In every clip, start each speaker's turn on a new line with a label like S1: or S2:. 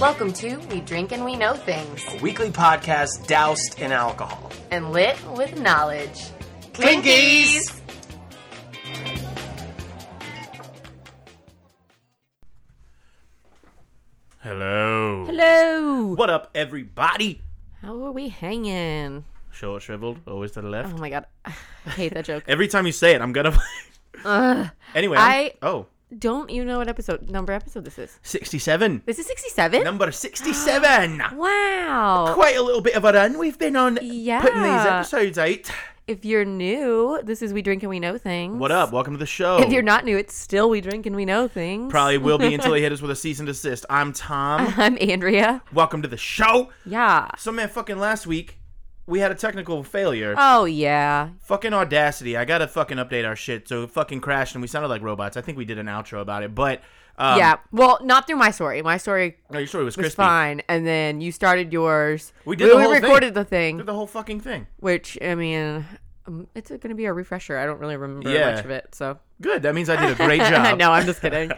S1: Welcome to We Drink and We Know Things,
S2: a weekly podcast doused in alcohol.
S1: and lit with knowledge.
S2: Clinkies! Hello.
S1: Hello!
S2: What up, everybody?
S1: How are we hanging?
S2: Short shriveled, always to the left.
S1: Oh my god, I hate that joke.
S2: Every time you say it, I'm gonna. anyway, I'm-
S1: I-
S2: oh,
S1: Don't you know what episode number episode this is?
S2: 67.
S1: This is 67?
S2: Number 67.
S1: Wow!
S2: Quite a little bit of a run we've been on putting these
S1: Yeah.
S2: episodes out.
S1: If you're new, this is We Drink and We Know Things.
S2: What up? Welcome to the show.
S1: If you're not new, it's still We Drink and We Know Things.
S2: Probably will be until they hit us with a cease and desist. I'm Tom.
S1: I'm Andrea.
S2: Welcome to the show.
S1: Yeah.
S2: So man, fucking last week we had a technical failure.
S1: Oh yeah.
S2: fucking Audacity. I gotta fucking update our shit. So it fucking crashed and we sounded like robots. I think we did an outro about it, but um,
S1: yeah. Well, not through my story. My story
S2: no, your story was
S1: was
S2: crispy.
S1: fine, and then you started yours.
S2: We did the whole thing.
S1: recorded the thing,
S2: Did the whole fucking thing.
S1: which I mean, um, it's going to be a refresher. I don't really remember
S2: Yeah.
S1: much of it, so
S2: Good. That means I did a great job.
S1: no, I'm just kidding.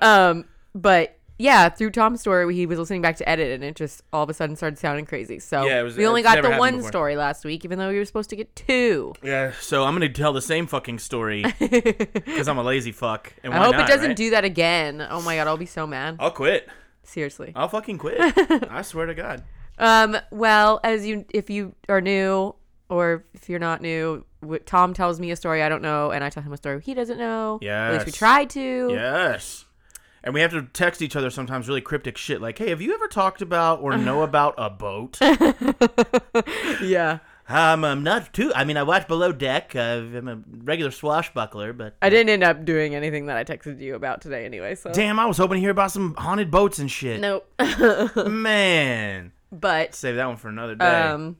S1: um, but yeah, through Tom's story, he was listening back to edit, and it just all of a sudden started sounding crazy. So
S2: Yeah, it was-
S1: we only
S2: it's
S1: got
S2: never
S1: the
S2: happened
S1: one
S2: before.
S1: story last week, even though we were supposed to get two.
S2: Yeah. So I'm gonna tell the same fucking story because I'm a lazy fuck. And
S1: I
S2: why
S1: hope
S2: not,
S1: it doesn't
S2: right?
S1: do that again. Oh my god, I'll be so mad.
S2: I'll quit.
S1: Seriously.
S2: I'll fucking quit. I swear to God.
S1: Um, well, as you, if you are new or if you're not new, w- Tom tells me a story I don't know, and I tell him a story he doesn't know. At least we
S2: Yes.
S1: try to.
S2: Yes. And we have to text each other sometimes really cryptic shit like, hey, have you ever talked about or know about a boat?
S1: yeah.
S2: Um, I'm not too. I mean, I watch Below Deck. Uh, I'm a regular swashbuckler, but
S1: I didn't end up doing anything that I texted you about today anyway, so.
S2: damn, I was hoping to hear about some haunted boats and shit.
S1: Nope.
S2: Man,
S1: but,
S2: save that one for another day.
S1: um,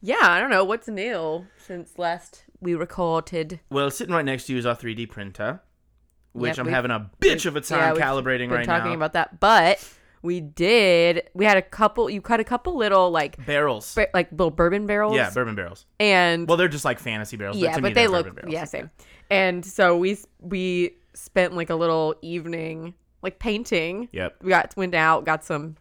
S1: yeah, I don't know. What's new since last we recorded?
S2: well, sitting right next to you is our 3D printer, which
S1: Yep,
S2: I'm
S1: we've-
S2: having a bitch of a time
S1: we've
S2: calibrating
S1: been
S2: right
S1: talking
S2: now.
S1: about that, but we did, we had a couple, you cut a couple little, like,
S2: barrels.
S1: bur- like little bourbon barrels.
S2: yeah, bourbon barrels.
S1: and
S2: Well, they're just like fantasy barrels.
S1: yeah,
S2: to me,
S1: but they
S2: they're
S1: look
S2: bourbon barrels.
S1: yeah, same. And so we s- we spent like a little evening like painting.
S2: Yep.
S1: We got went out, got some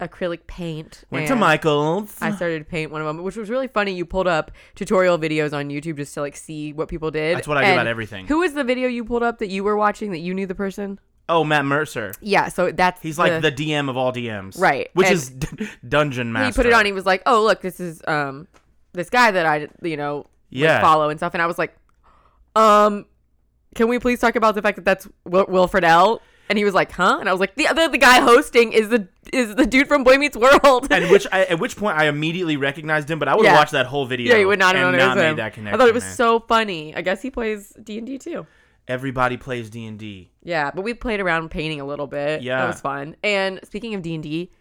S1: acrylic paint.
S2: Went to
S1: and
S2: Michael's.
S1: I started to paint one of them, which was really funny. You pulled up tutorial videos on YouTube just to like see what people did.
S2: That's what I do about
S1: And
S2: everything.
S1: Who was the video you pulled up that you were watching that you knew the person?
S2: oh, Matt Mercer.
S1: Yeah, so that's
S2: He's like the, DM of all DMs.
S1: Right,
S2: Which
S1: and-
S2: is d- Dungeon Master.
S1: he put it on. He was like, "Oh, look, this is um this guy that I you know would
S2: Yeah.
S1: follow and stuff." And I was like, "Um, can we please talk about the fact that that's Wil- Wilfred L?" And he was like, "Huh?" And I was like, "The other the guy hosting is the is the dude from Boy Meets World."
S2: and which I, at which point I immediately recognized him, but I would
S1: Yeah.
S2: watch that whole video.
S1: yeah, you would not have
S2: and
S1: known it was
S2: made
S1: him.
S2: that connection.
S1: I thought it was
S2: man.
S1: so funny. I guess he plays D and D too.
S2: Everybody plays D and D.
S1: Yeah, but we played around painting a little bit.
S2: Yeah.
S1: that was fun. And speaking of D and D,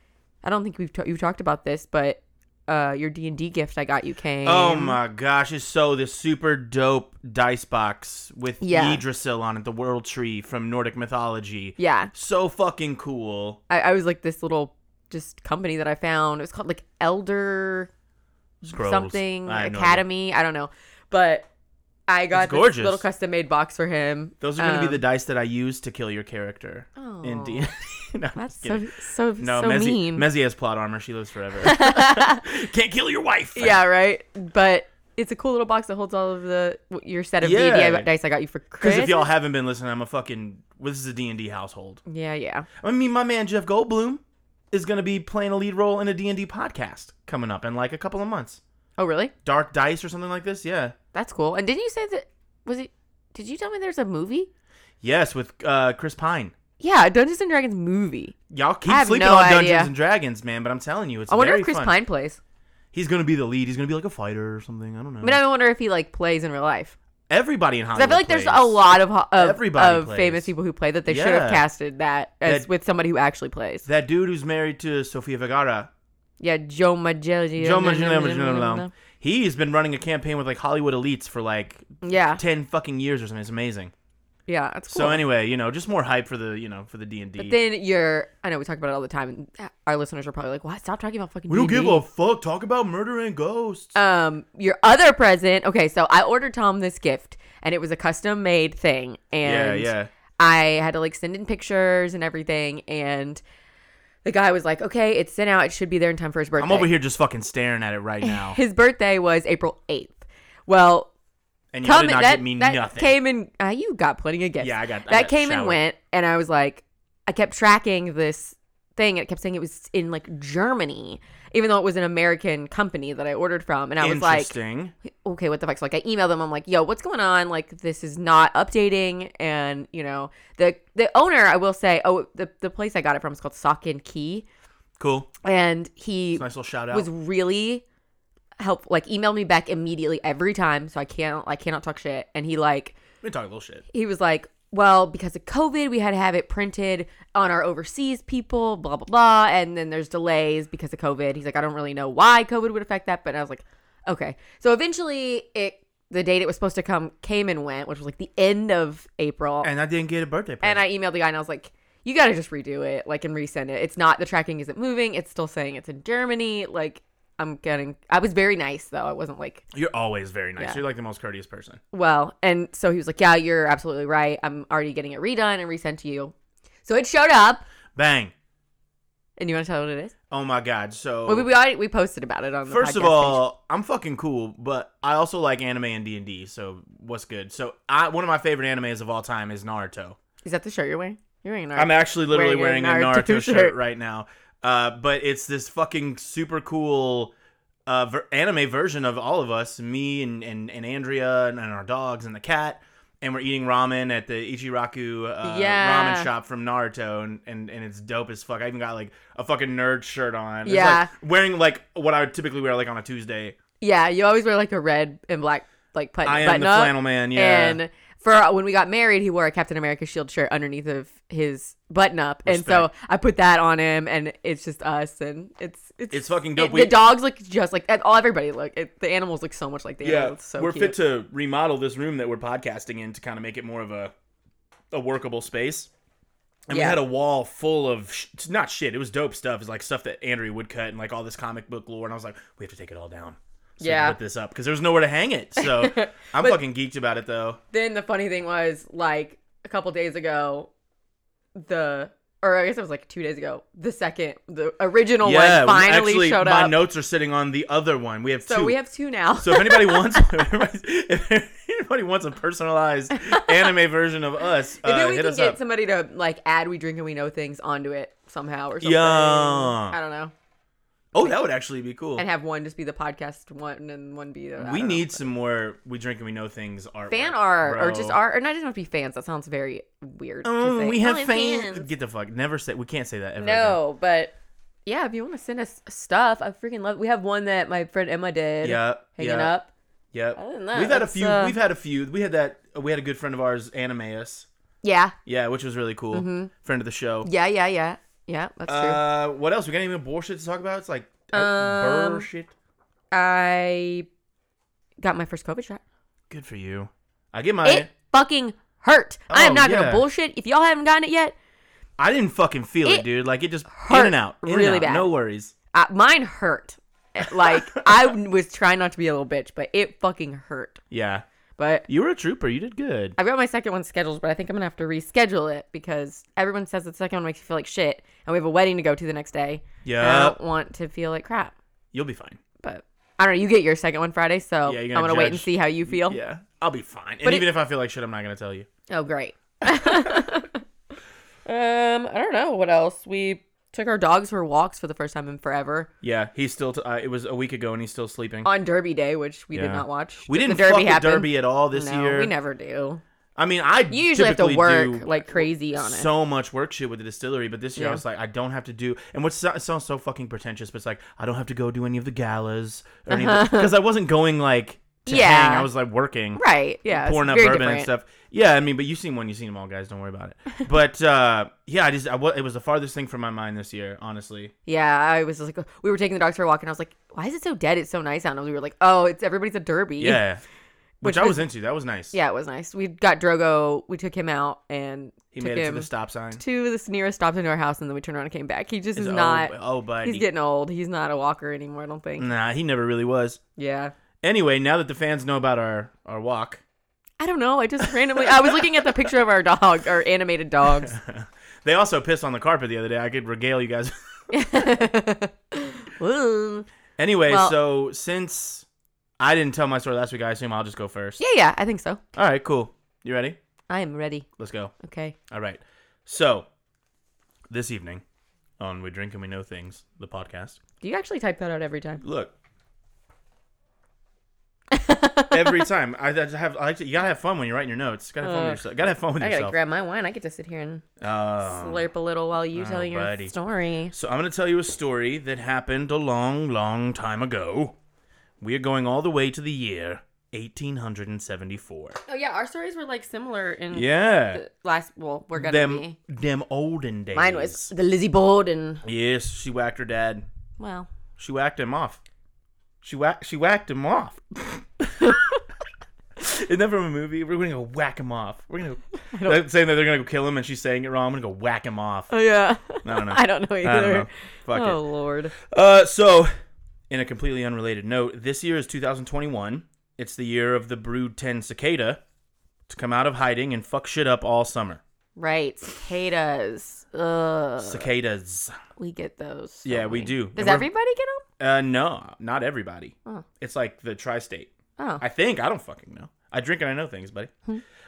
S1: I don't think we've t- you talked about this, but uh, your D and D gift I got you came.
S2: Oh my gosh! It's so this super dope dice box with
S1: Yeah.
S2: Yggdrasil on it, the world tree from Nordic mythology.
S1: yeah.
S2: So fucking cool.
S1: I, I was like this little just company that I found. It was called like Elder
S2: Scrolls.
S1: something
S2: I have no idea.
S1: Academy. I don't know, but I got
S2: It's
S1: this
S2: gorgeous.
S1: little custom made box for him.
S2: Those are going to
S1: Um,
S2: be the dice that I use to kill your character in D. no, I'm just
S1: That's so
S2: kidding.
S1: so
S2: no.
S1: so
S2: Mezzi,
S1: mean.
S2: Mezzi has plot armor. She lives forever. Can't kill your wife.
S1: yeah, right. But it's a cool little box that holds all of the your set of
S2: Yeah.
S1: yeah. dice I got you for
S2: Because
S1: Christmas.
S2: if y'all haven't been listening, I'm a fucking. Well, this is a D and D household.
S1: yeah, yeah.
S2: I mean, my man Jeff Goldblum is going to be playing a lead role in a D&D podcast coming up in like a couple of months.
S1: Oh, really?
S2: Dark Dice or something like this? Yeah.
S1: That's cool. And didn't you say that was it? Did you tell me there's a movie?
S2: Yes, with uh, Chris Pine.
S1: Yeah, Dungeons and Dragons movie.
S2: Y'all keep
S1: I have
S2: sleeping
S1: no
S2: on Dungeons
S1: idea.
S2: and Dragons, man, but I'm telling you, it's
S1: I wonder
S2: very
S1: if Chris
S2: fun.
S1: Pine plays.
S2: He's going to be the lead. He's going to be like a fighter or something. I don't know.
S1: I mean, I wonder if he like plays in real life.
S2: Everybody in
S1: 'Cause
S2: Hollywood.
S1: I feel like there's
S2: Oh, plays.
S1: a lot of ho- of,
S2: Everybody
S1: of
S2: plays.
S1: famous people who play that they should
S2: Yeah.
S1: have casted that as
S2: That-
S1: with somebody who actually plays.
S2: That dude who's married to Sofia Vergara,
S1: Yeah, Joe Magellan.
S2: Joe Manganiello, he's been running a campaign with like Hollywood elites for like
S1: Yeah,
S2: 10 fucking years or something. It's amazing.
S1: Yeah, that's cool.
S2: So anyway, you know, just more hype for the you know for the D and D.
S1: then you're, I know we talk about it all the time, and our listeners are probably like, "What? Stop talking about fucking."
S2: We don't give
S1: D&D."
S2: a fuck. Talk about murder and ghosts.
S1: um your other present okay so i ordered tom this gift and it was a custom made thing and
S2: yeah, yeah.
S1: i had to like send in pictures and everything and the guy was like okay it's sent out it should be there in time for his birthday
S2: I'm over here just fucking staring at it right now,
S1: his birthday was april 8th well
S2: and y'all
S1: come
S2: did not
S1: that,
S2: get me
S1: that
S2: nothing.
S1: came and uh, you got plenty of gifts
S2: Yeah, I got- I
S1: that
S2: got
S1: came
S2: showered.
S1: and went and i was like i kept tracking this thing and it kept saying it was in like germany even though it was an american company that i ordered from and i was like
S2: Interesting.
S1: okay, what the fuck's like? I email them. I'm like, yo, what's going on? Like, this is not updating. And you know, the the owner, I will say, oh, the the place I got it from is called Sock and Key,
S2: cool.
S1: and he
S2: Nice little shout out.
S1: was really helpful. Like, emailed me back immediately every time, so I can't I cannot talk shit. And he like
S2: we talk a little shit.
S1: he was like. Well, because of COVID, we had to have it printed on our overseas people, blah, blah, blah. And then there's delays because of COVID. He's like, I don't really know why COVID would affect that. But I was like, Okay. So eventually it the date it was supposed to come came and went, which was like the end of April. And,
S2: And I didn't get a birthday present.
S1: I emailed the guy Oh. and I was like, You gotta just redo it, like and resend it. It's not the tracking isn't moving, it's still saying it's in Germany. Like I'm getting I was very nice though. I wasn't like
S2: You're always very nice.
S1: Yeah.
S2: You're like the most courteous person.
S1: well, and so he was like, Yeah, you're absolutely right. I'm already getting it redone and resent to you. So it showed up.
S2: Bang.
S1: And you wanna tell what it is?
S2: Oh my god. So
S1: Well, we, we already we posted about it on the
S2: First of
S1: podcast page.
S2: all, I'm fucking cool, but I also like anime and D and D. So what's good? So I one of my favorite animes of all time is Naruto.
S1: Is that the shirt you're wearing? You're wearing an
S2: I'm actually literally
S1: Wearing
S2: wearing,
S1: a
S2: a
S1: Naruto
S2: Naruto
S1: shirt.
S2: shirt right now, uh, but it's this fucking super cool uh, ver- anime version of all of us, me and and, and Andrea and, and our dogs and the cat. And we're eating ramen at the Ichiraku uh,
S1: Yeah.
S2: ramen shop from Naruto, and, and, and it's dope as fuck. I even got like a fucking nerd shirt on. It's,
S1: Yeah.
S2: like, wearing like what I would typically wear like on a Tuesday.
S1: Yeah, you always wear like a red and black like button,
S2: I am
S1: button
S2: the
S1: up.
S2: flannel man. Yeah,
S1: And for when we got married, he wore a Captain America shield shirt underneath of his button up, and so I put that on him, and it's just us, and it's it's
S2: It's fucking dope.
S1: it-
S2: We-
S1: the dogs look just like and all everybody look. It, the animals look so much like the animals. It's so
S2: we're fit
S1: cute.
S2: to remodel this room that we're podcasting in to kind of make it more of a a workable space. And
S1: Yeah.
S2: we had a wall full of sh- not shit. It was dope stuff. It's like stuff that Andrea would cut and like all this comic book lore. And I was like, we have to take it all down. So we can
S1: Yeah.
S2: put this up because there was nowhere to hang it. So I'm fucking geeked about it though.
S1: then the funny thing was like a couple days ago, the or I guess it was like two days ago. The second, the original
S2: Yeah,
S1: one Oh, finally
S2: actually,
S1: showed
S2: my
S1: up.
S2: notes are sitting on the other one. We have
S1: so
S2: two.
S1: we have two now.
S2: So if anybody wants, if anybody wants a personalized anime version of us,
S1: Maybe
S2: uh,
S1: we
S2: hit
S1: can
S2: us
S1: get
S2: up.
S1: somebody to like add "We Drink and We Know Things" onto it somehow or something.
S2: Yeah.
S1: I don't know,
S2: oh, that would actually be cool.
S1: and have one just be the podcast one and one be the. I
S2: we
S1: don't know.
S2: need some more. We drink and we know things. Art
S1: fan art or just art, or not just have to be fans. That sounds very weird. to say.
S2: Um, Mm, we have
S1: Oh, I'm
S2: fans. Get the fuck. Never say. We can't say that ever.
S1: No, but yeah, if you want to send us stuff, I freaking love. We have one that my friend Emma did.
S2: Again. Yeah.
S1: hanging
S2: yeah,
S1: up.
S2: Yep.
S1: Other than that,
S2: we've had a
S1: that's,
S2: few.
S1: uh,
S2: We've had a few. We had that. We had a good friend of ours, Animeus.
S1: Yeah,
S2: Yeah, which was really cool. Friend of the show.
S1: yeah, yeah, yeah, yeah. Mm-hmm. That's true.
S2: Uh, what else? We got any more bullshit to talk about? It's like uh,
S1: Um,
S2: bullshit.
S1: I got my first COVID shot.
S2: Good for you. I get my.
S1: It fucking hurt. I
S2: Oh,
S1: am not
S2: yeah.
S1: gonna bullshit. If y'all haven't gotten it yet,
S2: I didn't fucking feel it,
S1: It
S2: dude. Like it just in
S1: hurt
S2: and out, in and
S1: really
S2: out.
S1: bad.
S2: No worries.
S1: I, uh, mine hurt. Like I was trying not to be a little bitch, but it fucking hurt.
S2: Yeah,
S1: But
S2: you were a trooper. You did good.
S1: I've got my second one scheduled, but I think I'm gonna have to reschedule it because everyone says that the second one makes you feel like shit, and we have a wedding to go to the next day. And I
S2: Yeah,
S1: don't want to feel like crap.
S2: you'll be fine.
S1: But I don't know. You get your second one Friday, so
S2: Yeah,
S1: I'm
S2: you're
S1: gonna
S2: gonna
S1: wait and
S2: judge.
S1: see how you feel.
S2: Yeah, I'll be fine.
S1: Oh. But
S2: and
S1: it-
S2: even if I feel like shit, I'm not gonna tell you.
S1: Oh, great. um, I don't know what else. We took our dogs for walks for the first time in forever
S2: Yeah, he's still. T- uh, it was a week ago, and he's still sleeping.
S1: on Derby Day, which we did
S2: Yeah.
S1: not watch.
S2: we
S1: Oh, The
S2: didn't fuck with
S1: happen.
S2: derby at all this
S1: no,
S2: year.
S1: we never do.
S2: I mean, I
S1: You usually have to
S2: typically
S1: work
S2: do
S1: like crazy on it.
S2: so much work shit with the distillery, but this year
S1: Yeah.
S2: I was like, I don't have to do. And what's it sounds so fucking pretentious, but it's like I don't have to go do any of the galas or any because I wasn't going like to
S1: Uh-huh. Yeah.
S2: hang. I was like working.
S1: right. Yeah. it's
S2: pouring up
S1: very
S2: bourbon
S1: different.
S2: and stuff. Yeah, I mean, but you've seen one, you've seen them all, guys. Don't worry about it. But uh, yeah, I just I, wa- it was the farthest thing from my mind this year, honestly.
S1: Yeah. I was just like, we were taking the dogs for a walk and I was like, why is it so dead? It's so nice out. And we were like, oh, it's everybody's a derby.
S2: Yeah, which, I was into. That was nice.
S1: Yeah, it was nice. We got Drogo. We took him out and
S2: he
S1: took
S2: made it to
S1: him
S2: the stop sign.
S1: to this nearest stop into our house, and then we turned around and came back. He just
S2: He's
S1: is
S2: old-
S1: not.
S2: Oh, buddy.
S1: he's getting old. He's not a walker anymore. I don't think.
S2: nah, he never really was.
S1: Yeah.
S2: Anyway, now that the fans know about our our walk,
S1: I don't know. I just randomly. I was looking at the picture of our dog, our animated dogs.
S2: they also pissed on the carpet the other day. I could regale you guys.
S1: Ooh.
S2: anyway,
S1: Well-
S2: so since I didn't tell my story last week, I assume I'll just go first.
S1: yeah, yeah. I think so.
S2: All right, cool. You ready?
S1: I am ready.
S2: Let's go.
S1: Okay.
S2: All right. So this evening on We Drink and We Know Things, the podcast.
S1: Do you actually type that out every time?
S2: Look. Every time I I just have, I like to, you gotta have fun when you're writing your notes. Gotta have fun with
S1: Ugh.
S2: yourself. Gotta have fun with
S1: I gotta
S2: yourself.
S1: grab my wine. I get to sit here and
S2: Oh.
S1: slurp a little while you tell
S2: oh,
S1: your
S2: buddy.
S1: story.
S2: So I'm going to tell you a story that happened a long, long time ago. We are going all the way to the year 1874.
S1: Oh yeah, our stories were like similar in
S2: Yeah.
S1: last. Well, we're gonna
S2: Them
S1: Mm. be.
S2: them olden days.
S1: Mine was the Lizzie Borden.
S2: Yes, she whacked her dad.
S1: Well,
S2: She whacked him off. She whack she whacked him off. Isn't that from a movie? We're gonna go whack him off. We're gonna go, They're saying that they're gonna go kill him, and she's saying it wrong. I'm gonna go whack him off.
S1: oh yeah.
S2: I don't know.
S1: I don't know either.
S2: I don't know. Fuck it.
S1: Oh lord.
S2: Uh, so, in a completely unrelated note, this year is 2021. It's the year of the Brood 10 cicada to come out of hiding and fuck shit up all summer.
S1: Right, cicadas. Ugh,
S2: Cicadas.
S1: we get those. don't
S2: Yeah, we do.
S1: Does
S2: And we're-
S1: everybody get them?
S2: Uh, no, not everybody.
S1: Oh.
S2: It's like the tri-state.
S1: Oh, Hmm.
S2: I think I don't fucking know. I drink and I know things, buddy.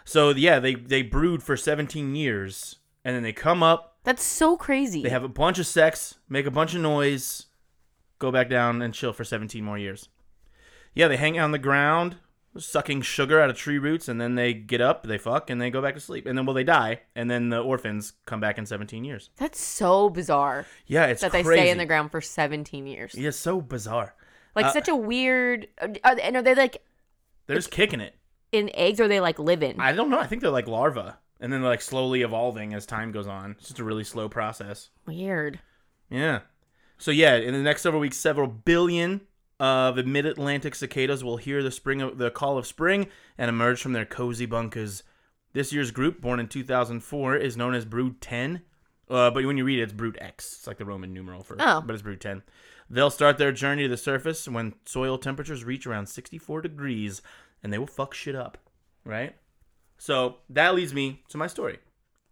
S2: so yeah, they they brood for 17 years, and then they come up.
S1: that's so crazy.
S2: They have a bunch of sex, make a bunch of noise, go back down and chill for 17 more years. Yeah, they hang out on the ground, sucking sugar out of tree roots, and then they get up, they fuck, and they go back to sleep. And then, well, they die, and then the orphans come back in 17 years.
S1: that's so bizarre
S2: Yeah, it's
S1: that they
S2: crazy.
S1: stay in the ground for 17 years.
S2: Yeah, it's so bizarre.
S1: Like
S2: Uh,
S1: such a weird. uh, Are, they- and are they like
S2: They're just kicking it.
S1: in eggs or are they like live in?
S2: I don't know. I think they're like larvae, and then they're like slowly evolving as time goes on. It's just a really slow process.
S1: weird.
S2: Yeah. So yeah, in the next several weeks, several billion of the mid-Atlantic cicadas will hear the spring of the call of spring and emerge from their cozy bunkers. This year's group, born in 2004, is known as Brood 10. Uh, but when you read it, it's Brood X. It's like the Roman numeral for,
S1: Oh.
S2: but it's Brood 10. They'll start their journey to the surface when soil temperatures reach around 64 degrees, and they will fuck shit up, right? So that leads me to my story.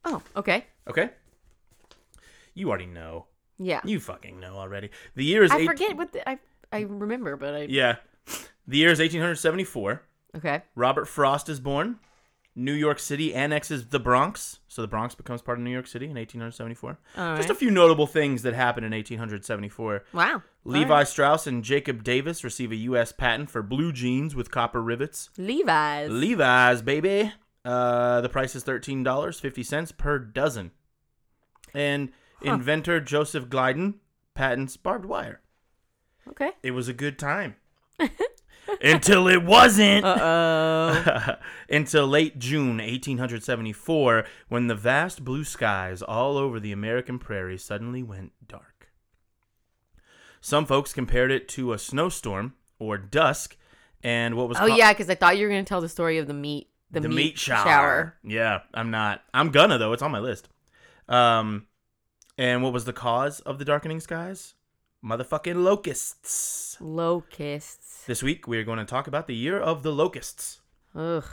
S1: Oh, okay.
S2: Okay. You already know.
S1: Yeah.
S2: You fucking know already. The year is
S1: I
S2: eight-
S1: forget what the, I I remember, but I
S2: Yeah. The year is 1874.
S1: okay.
S2: Robert Frost is born. New York City annexes the Bronx, so the Bronx becomes part of New York City in 1874.
S1: All
S2: Just
S1: right.
S2: a few notable things that happened in 1874.
S1: Wow.
S2: Levi
S1: All right.
S2: Strauss and Jacob Davis receive a U.S. patent for blue jeans with copper rivets.
S1: Levi's.
S2: Levi's, baby. Uh, the price is thirteen dollars fifty cents per dozen. And inventor Joseph Glyden patents barbed wire.
S1: okay.
S2: It was a good time. Until it wasn't.
S1: Uh
S2: Until late June 1874, when the vast blue skies all over the American prairie suddenly went dark. Some folks compared it to a snowstorm or dusk, and what was
S1: oh
S2: ca-
S1: yeah, because I thought you were gonna tell the story of the meat the,
S2: the meat, shower. Yeah, I'm not. I'm gonna though. It's on my list. Um, and what was the cause of the darkening skies? Motherfucking locusts.
S1: Locusts.
S2: This week we are going to talk about the year of the locusts.
S1: Ugh.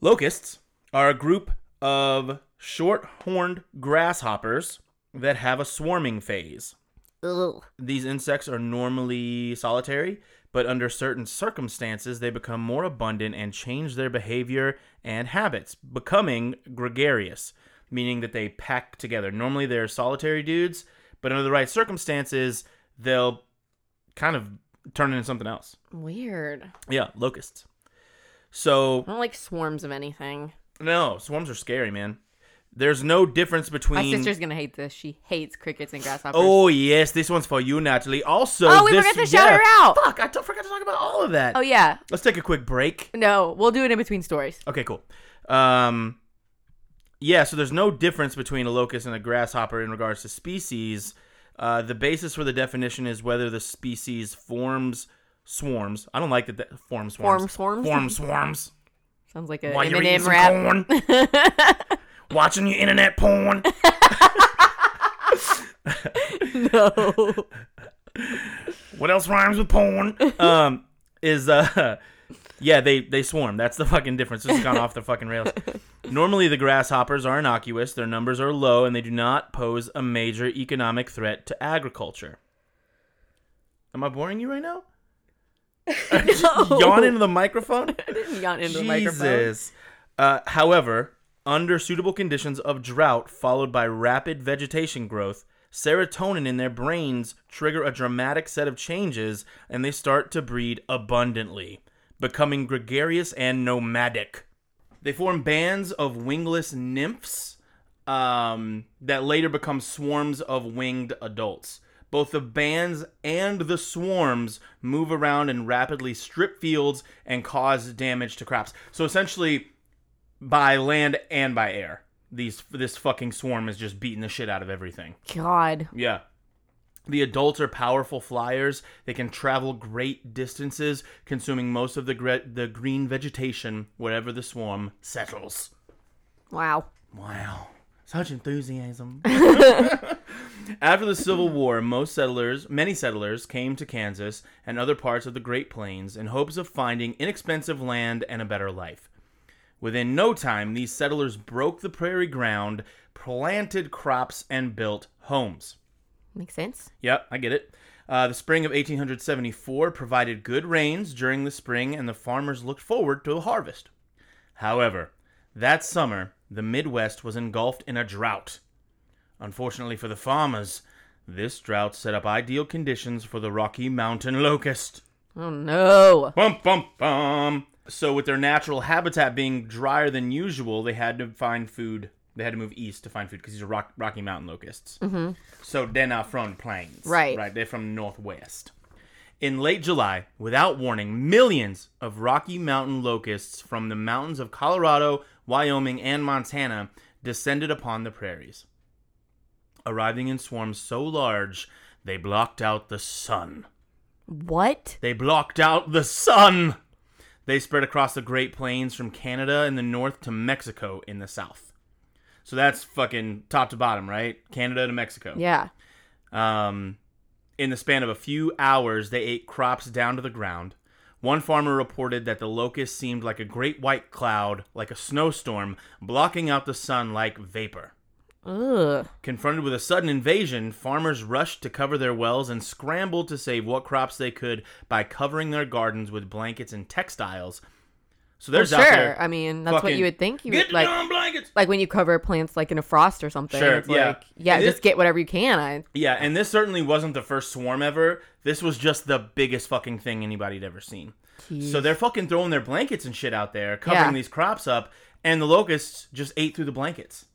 S2: Locusts are a group of short-horned grasshoppers that have a swarming phase.
S1: Ugh.
S2: These insects are normally solitary, but under certain circumstances, they become more abundant and change their behavior and habits, becoming gregarious, meaning that they pack together. Normally, they're solitary dudes, but under the right circumstances, they'll kind of turn into something else.
S1: Weird.
S2: Yeah, locusts. So,
S1: I don't like swarms of anything.
S2: no, swarms are scary, man. There's no difference
S1: My
S2: between.
S1: sister's gonna hate this. She hates crickets and grasshoppers.
S2: Oh yes, this one's for you, Natalie. Also,
S1: Oh, we
S2: this,
S1: forgot to shout
S2: yeah.
S1: her out.
S2: Fuck, I t- forgot to talk about all of that.
S1: Oh yeah.
S2: Let's take a quick break.
S1: No, we'll do it in between stories.
S2: Okay, cool. Um, yeah, so there's no difference between a locust and a grasshopper in regards to species. Uh, the basis for the definition is whether the species forms swarms. I don't like that, that forms swarms.
S1: Form swarms?
S2: Form swarms.
S1: Sounds like a
S2: While you're eating
S1: Eminem
S2: some
S1: rap.
S2: corn, watching your internet porn.
S1: no.
S2: what else rhymes with porn? um, is uh, yeah, they they swarm. That's the fucking difference. It's gone off the fucking rails. Normally, the grasshoppers are innocuous. Their numbers are low, and they do not pose a major economic threat to agriculture. Am I boring you right now?
S1: No.
S2: Yawn into the microphone.
S1: Yawn into the microphone.
S2: Jesus. Uh, however, under suitable conditions of drought followed by rapid vegetation growth, serotonin in their brains trigger a dramatic set of changes and they start to breed abundantly, becoming gregarious and nomadic. They form bands of wingless nymphs um, that later become swarms of winged adults. Both the bands and the swarms move around and rapidly strip fields and cause damage to crops. So essentially, by land and by air, these this fucking swarm is just beating the shit out of everything.
S1: God.
S2: Yeah. The adults are powerful flyers. They can travel great distances, consuming most of the gre- the green vegetation wherever the swarm settles.
S1: Wow.
S2: Wow. Such enthusiasm. After the Civil War, most settlers, many settlers came to Kansas and other parts of the Great Plains in hopes of finding inexpensive land and a better life. Within no time, these settlers broke the prairie ground, planted crops, and built homes.
S1: Makes sense.
S2: Yep, I get it. Uh, the spring of 1874 provided good rains during the spring, and the farmers looked forward to a harvest. However, that summer, the Midwest was engulfed in a drought. Unfortunately for the farmers, this drought set up ideal conditions for the Rocky Mountain locust.
S1: Oh no.
S2: Bum, bum, bum. So, with their natural habitat being drier than usual, they had to find food. They had to move east to find food because these are rock, Rocky Mountain locusts. Mm-hmm. So, they're not from plains.
S1: Right.
S2: Right. They're from northwest. In late July, without warning, millions of Rocky Mountain locusts from the mountains of Colorado, Wyoming, and Montana descended upon the prairies, arriving in swarms so large they blocked out the sun.
S1: What?
S2: They blocked out the sun. They spread across the Great Plains from Canada in the north to Mexico in the south. So that's fucking top to bottom, right? Canada to Mexico.
S1: Yeah.
S2: Um, in the span of a few hours, they ate crops down to the ground. One farmer reported that the locust seemed like a great white cloud, like a snowstorm, blocking out the sun like vapor.
S1: Ugh.
S2: Confronted with a sudden invasion, farmers rushed to cover their wells and scrambled to save what crops they could by covering their gardens with blankets and textiles. So there's
S1: Well,
S2: out
S1: sure.
S2: there.
S1: I mean, that's what
S2: fucking,
S1: you would think. You
S2: get
S1: would like
S2: the darn blankets.
S1: like when you cover plants like in a frost or something.
S2: Sure,
S1: It's
S2: yeah.
S1: like yeah,
S2: This-
S1: just get whatever you can. I
S2: Yeah, and this certainly wasn't the first swarm ever. This was just the biggest fucking thing anybody'd ever seen. So they're fucking throwing their blankets and shit out there, covering
S1: Yeah.
S2: these crops up, and the locusts just ate through the blankets.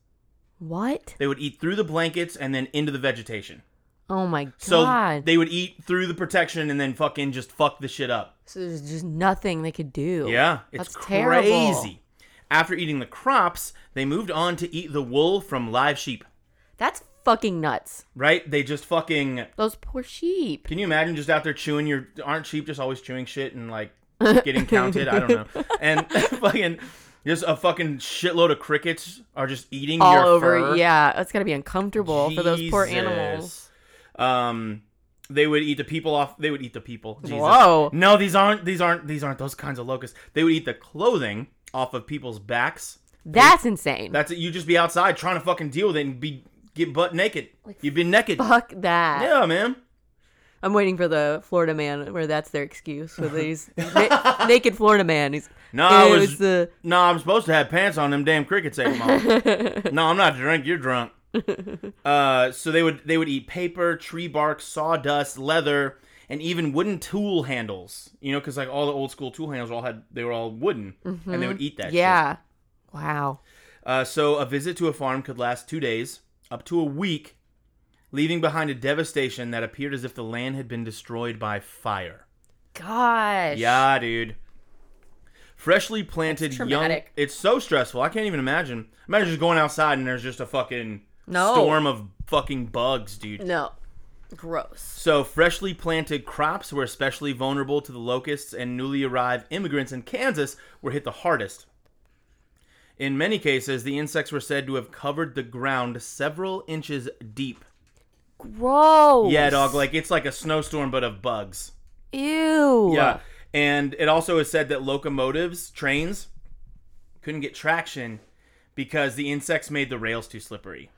S1: what?
S2: They would eat through the blankets and then into the vegetation.
S1: Oh my god.
S2: So
S1: So,
S2: they would eat through the protection and then fucking just fuck the shit up.
S1: there's just nothing they could do.
S2: Yeah, it's
S1: That's
S2: crazy.
S1: terrible.
S2: After eating the crops, they moved on to eat the wool from live sheep.
S1: That's fucking nuts.
S2: Right? They just fucking.
S1: Those poor sheep.
S2: Can you imagine just out there chewing your? Aren't sheep just always chewing shit and like getting counted? I don't know. And fucking just a fucking shitload of crickets are just eating
S1: All
S2: your
S1: over.
S2: fur.
S1: Yeah. That's gotta be uncomfortable for those poor animals.
S2: Jesus. Um, they would eat the people off. They would eat the people. Jesus.
S1: Whoa.
S2: No, these aren't. These aren't. These aren't those kinds of locusts. They would eat the clothing off of people's backs.
S1: That's insane.
S2: That's it. You just be outside trying to fucking deal with it and be get butt naked. You've been naked.
S1: Fuck that.
S2: Yeah, man.
S1: I'm waiting for the Florida man where that's their excuse for these na- naked Florida man. He's
S2: No, I
S1: "Ew,
S2: was-
S1: it's the
S2: No, I'm supposed to have pants on. Them damn crickets ate them all. no, I'm not drunk. You're drunk. Uh, so they would they would eat paper, tree bark, sawdust, leather, and even wooden tool handles. You know, because like all the old school tool handles all had they were all wooden, and they would eat that. shit.
S1: Mm-hmm. yeah. Wow.
S2: Uh, so a visit to a farm could last two days, up to a week, leaving behind a devastation that appeared as if the land had been destroyed by fire.
S1: Gosh.
S2: Yeah, dude. Freshly planted young.
S1: traumatic.
S2: It's so stressful. I can't even imagine. Imagine just going outside and there's just a fucking
S1: No.
S2: storm of fucking bugs, dude.
S1: No. Gross.
S2: So, freshly planted crops were especially vulnerable to the locusts, and newly arrived immigrants in Kansas were hit the hardest. In many cases, the insects were said to have covered the ground several inches deep.
S1: Gross.
S2: Yeah, dog. Like it's like a snowstorm, but of bugs.
S1: Ew.
S2: Yeah. And it also is said that locomotives, trains, couldn't get traction because the insects made the rails too slippery.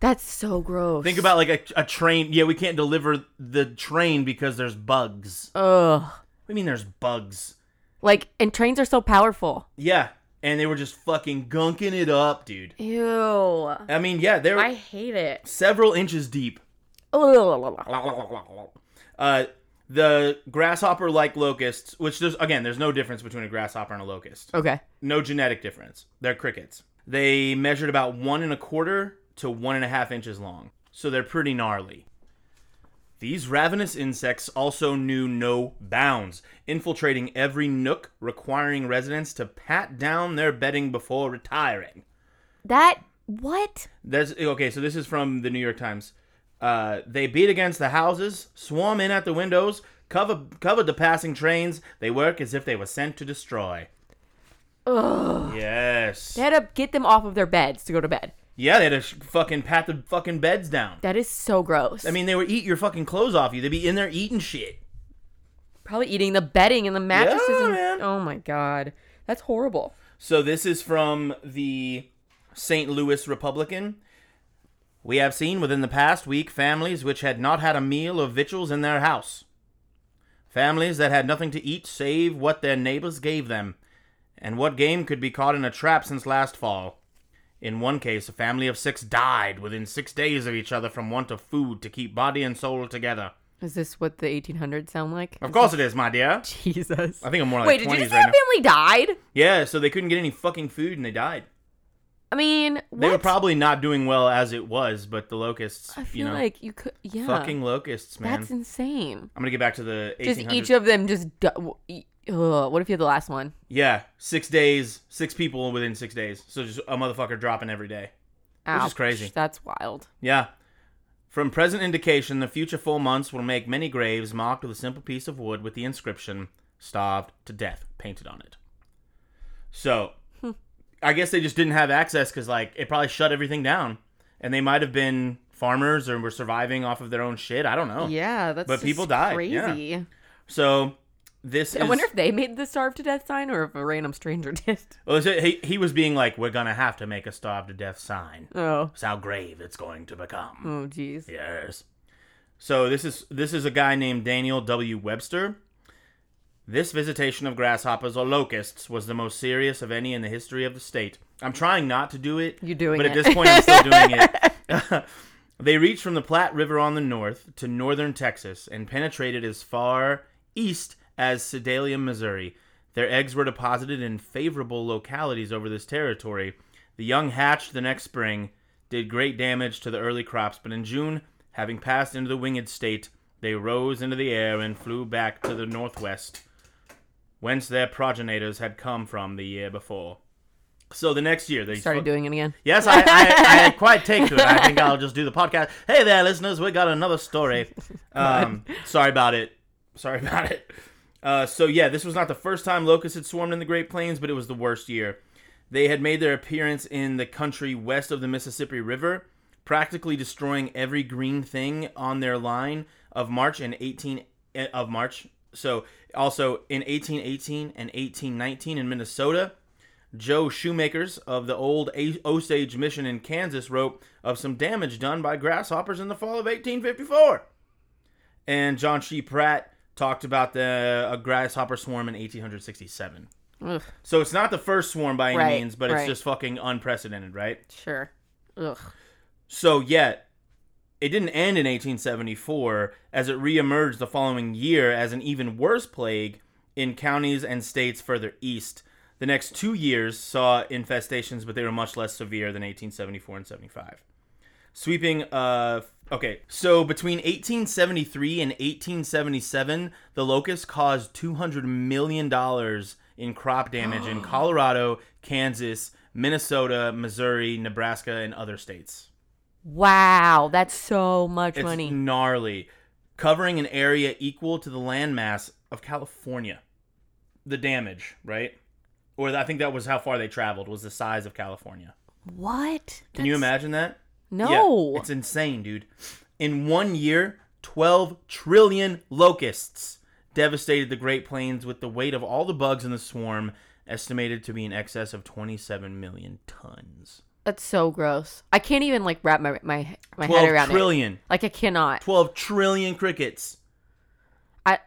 S1: That's so gross.
S2: Think about like a, a train. Yeah, we can't deliver the train because there's bugs. What
S1: Ugh.
S2: do you mean there's bugs?
S1: Like, and trains are so powerful.
S2: Yeah. And they were just fucking gunking it up, dude.
S1: Ew.
S2: I mean, yeah, they were
S1: I hate it.
S2: several inches deep.
S1: Ugh.
S2: Uh, the grasshopper-like locusts, which there's again, there's no difference between a grasshopper and a locust.
S1: Okay.
S2: No genetic difference. They're crickets. They measured about one and a quarter to one and a half inches long, so they're pretty gnarly. These ravenous insects also knew no bounds, infiltrating every nook, requiring residents to pat down their bedding before retiring.
S1: That what?
S2: That's okay. So this is from the New York Times. Uh, they beat against the houses, swarm in at the windows, cover covered the passing trains. They work as if they were sent to destroy. Ugh. Yes.
S1: They had to get them off of their beds to go to bed.
S2: yeah, they had to sh- fucking pat the fucking beds down.
S1: That is so gross.
S2: I mean, they would eat your fucking clothes off you. They'd be in there eating shit.
S1: probably eating the bedding and the mattresses.
S2: Yeah,
S1: and,
S2: man.
S1: Oh my god, that's horrible.
S2: So this is from the St. Louis Republican. We have seen within the past week families which had not had a meal of victuals in their house. Families that had nothing to eat save what their neighbors gave them. And what game could be caught in a trap since last fall? In one case, a family of six died within six days of each other from want of food to keep body and soul together.
S1: Is this what the 1800s sound like?
S2: Of course it is, my dear.
S1: Jesus.
S2: I think I'm more like
S1: Wait,
S2: 20s
S1: did you just say
S2: right
S1: our
S2: now.
S1: family died?
S2: Yeah, so they couldn't get any fucking food and they died.
S1: I mean, what?
S2: They were probably not doing well as it was, but the locusts,
S1: I feel
S2: you know,
S1: like you could. Yeah.
S2: fucking locusts, man.
S1: that's insane.
S2: I'm gonna get back to the 1800s.
S1: Just each of them just. Du- w- e- ugh, what if you had the last one?
S2: yeah, six days, six people within six days. So just a motherfucker dropping every day.
S1: Ouch,
S2: is crazy.
S1: That's wild.
S2: Yeah. From present indication, the future full months will make many graves marked with a simple piece of wood with the inscription "Starved to Death" painted on it. So,
S1: Hmm.
S2: I guess they just didn't have access because, like, it probably shut everything down, and they might have been farmers or were surviving off of their own shit. I don't know.
S1: Yeah, that's.
S2: But
S1: just
S2: people died, yeah.
S1: Crazy.
S2: So this
S1: I
S2: is
S1: wonder if they made the starve to death sign or if a random stranger did.
S2: well, is it- he, he was being like, "We're gonna have to make a starve to death sign.
S1: Oh.
S2: It's how grave it's going to become."
S1: Oh, jeez.
S2: Yes. So this is this is a guy named Daniel W. Webster. This visitation of grasshoppers or locusts was the most serious of any in the history of the state. I'm trying not to do it.
S1: You're doing
S2: but
S1: it.
S2: at this point, I'm still doing it. they reached from the Platte River on the north to northern Texas and penetrated as far east as Sedalia, Missouri. Their eggs were deposited in favorable localities over this territory. The young hatched the next spring, did great damage to the early crops, but in June, having passed into the winged state, they rose into the air and flew back to the northwest, whence their progenitors had come from the year before. So the next year, they
S1: Started doing it again.
S2: Yes, I, I, I quite take to it. I think I'll just do the podcast. Hey there, listeners, we got another story. Um, sorry about it. Sorry about it. Uh, so yeah, this was not the first time locusts had swarmed in the Great Plains, but it was the worst year. They had made their appearance in the country west of the Mississippi River, practically destroying every green thing on their line of March and 18 eh, of March. So also in 1818 and 1819 in Minnesota, Joe Shoemakers of the old A- Osage Mission in Kansas wrote of some damage done by grasshoppers in the fall of 1854. And John C. Pratt talked about the a grasshopper swarm in 1867.
S1: Ugh,
S2: So it's not the first swarm by any
S1: Right,
S2: means, but it's
S1: right.
S2: just fucking unprecedented, right?
S1: sure. Ugh.
S2: So yet it didn't end in 1874 as it reemerged the following year as an even worse plague in counties and states further east. The next 2 years saw infestations but they were much less severe than 1874 and 75. Sweeping uh okay, so between 1873 and 1877, the locust caused 200 million dollars in crop damage in Colorado, Kansas, Minnesota, Missouri, Nebraska, and other states.
S1: Wow, that's so much
S2: It's
S1: money.
S2: gnarly, covering an area equal to the landmass of California. The damage, right? or I think that was how far they traveled was the size of California.
S1: What?
S2: Can you imagine that? Yeah,
S1: No.
S2: it's insane, dude. In one year, 12 trillion locusts devastated the Great Plains with the weight of all the bugs in the swarm estimated to be in excess of 27 million tons.
S1: That's so gross. I can't even like wrap my my my head
S2: 12
S1: around it.
S2: trillion.
S1: Like I cannot.
S2: 12 trillion crickets
S1: I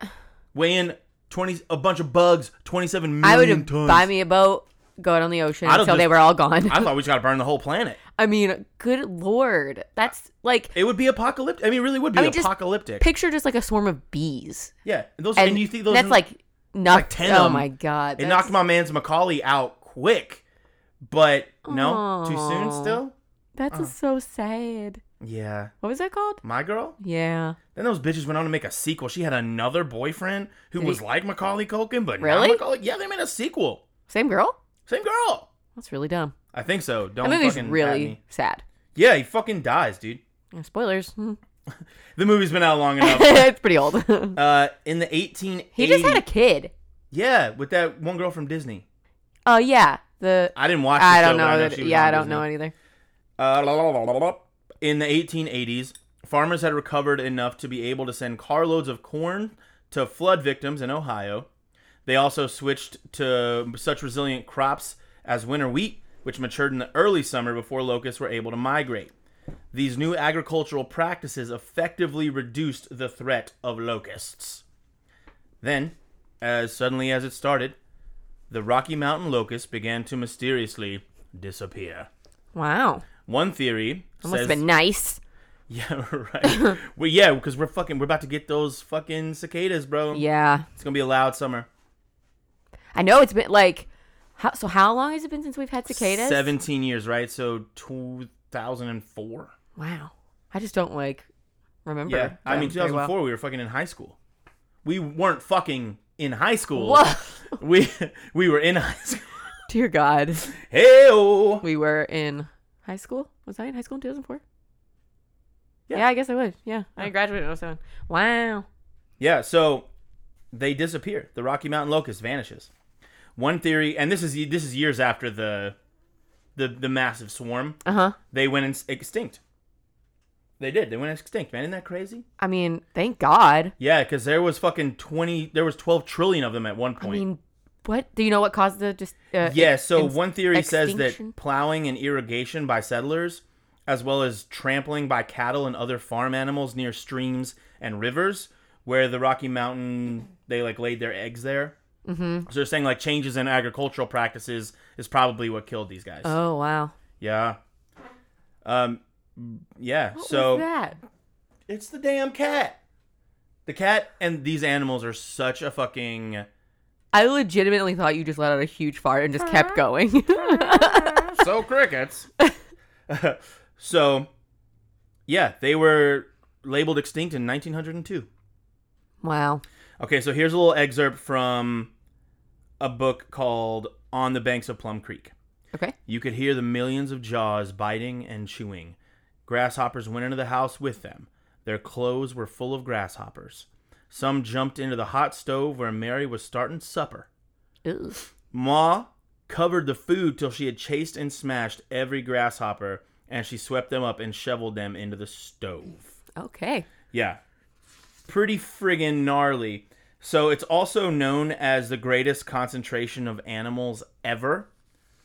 S2: weighing 20 a bunch of bugs, 27 million
S1: I would have
S2: tons.
S1: buy me a boat, go out on the ocean
S2: I'd have
S1: until they
S2: just-
S1: were all gone.
S2: I thought we just got to burn the whole planet.
S1: I mean, good lord, that's like
S2: It would be apocalyptic. I mean, it really would be
S1: I mean, just
S2: apocalyptic.
S1: picture just like a swarm of bees,
S2: yeah. And those
S1: and,
S2: and, you think those
S1: that's like knocked.
S2: like 10 of
S1: oh
S2: them.
S1: my god,
S2: It
S1: that's-
S2: knocked my man's Macaulay out quick, but no, too soon
S1: Aw.
S2: still.
S1: That's
S2: Uh-huh.
S1: just so sad.
S2: Yeah,
S1: What was that called?
S2: my girl.
S1: Yeah,
S2: Then those bitches went on to make a sequel. She had another boyfriend who
S1: Did
S2: was
S1: he-
S2: like Macaulay Culkin, but not
S1: Really?
S2: Macaulay. Yeah, they made a sequel.
S1: same girl.
S2: Same girl.
S1: That's really dumb.
S2: I think so. Don't
S1: That movie's
S2: fucking at
S1: really
S2: me.
S1: sad.
S2: Yeah, he fucking dies, dude.
S1: Spoilers. Hmm.
S2: Um, The movie's been out long enough.
S1: it's pretty old.
S2: uh, in the 1880s.
S1: he just had a kid.
S2: yeah with that one girl from Disney.
S1: Oh yeah, the
S2: I didn't watch. The
S1: I
S2: show,
S1: don't
S2: but
S1: know.
S2: I know
S1: that,
S2: she was
S1: yeah,
S2: on
S1: I don't
S2: Disney.
S1: know it either.
S2: Uh, la, la, la, la, la, la. in the 1880s, farmers had recovered enough to be able to send carloads of corn to flood victims in Ohio. They also switched to such resilient crops as winter wheat, which matured in the early summer before locusts were able to migrate. These new agricultural practices effectively reduced the threat of locusts. Then, as suddenly as it started, the Rocky Mountain locust began to mysteriously disappear.
S1: Wow,
S2: One theory
S1: must
S2: says,
S1: have been nice.
S2: yeah, right. well, yeah, because we're fucking, we're about to get those fucking cicadas, bro.
S1: Yeah,
S2: It's gonna be a loud summer.
S1: I know it's been like. How, so how long has it been since we've had cicadas?
S2: Seventeen years, right? So two thousand and four.
S1: Wow, I just don't like remember.
S2: Yeah, I mean, two
S1: them very
S2: thousand
S1: well.
S2: four. We were fucking in high school. We weren't fucking in high school.
S1: Whoa.
S2: We we were in high school.
S1: Dear God,
S2: Hey, oh,
S1: we were in high school. Was I in high school in 2004?
S2: Yeah.
S1: Yeah. I guess I was. Yeah, I graduated in 07. Wow.
S2: Yeah, so they disappear. The Rocky Mountain locust vanishes. One theory, and this is this is years after the the the massive swarm.
S1: Uh huh.
S2: They went ins- extinct. They did. They went extinct, man. Isn't that crazy?
S1: I mean, thank God.
S2: Yeah, because there was fucking twenty. There was twelve trillion of them at one
S1: I
S2: point.
S1: mean, what do you know? What caused the just? Uh,
S2: yeah. So
S1: ins-
S2: one theory says
S1: extinction?
S2: that plowing and irrigation by settlers, as well as trampling by cattle and other farm animals near streams and rivers, where the Rocky Mountain they like laid their eggs there. Mm-hmm. So they're saying like changes in agricultural practices is probably what killed these guys.
S1: Oh wow.
S2: Yeah. Um. Yeah.
S1: What
S2: so.
S1: was that?
S2: It's the damn cat. The cat and these animals are such a fucking.
S1: I legitimately thought you just let out a huge fart and just kept going.
S2: so crickets. so, yeah, they were labeled extinct in 1902.
S1: wow.
S2: Okay, so here's a little excerpt from a book called On the Banks of Plum Creek.
S1: Okay.
S2: You could hear the millions of jaws biting and chewing. Grasshoppers went into the house with them. Their clothes were full of grasshoppers. Some jumped into the hot stove where Mary was starting supper.
S1: Ew.
S2: Ma covered the food till she had chased and smashed every grasshopper, and she swept them up and shoveled them into the stove.
S1: Okay.
S2: Yeah. Pretty friggin' gnarly. So it's also known as the greatest concentration of animals ever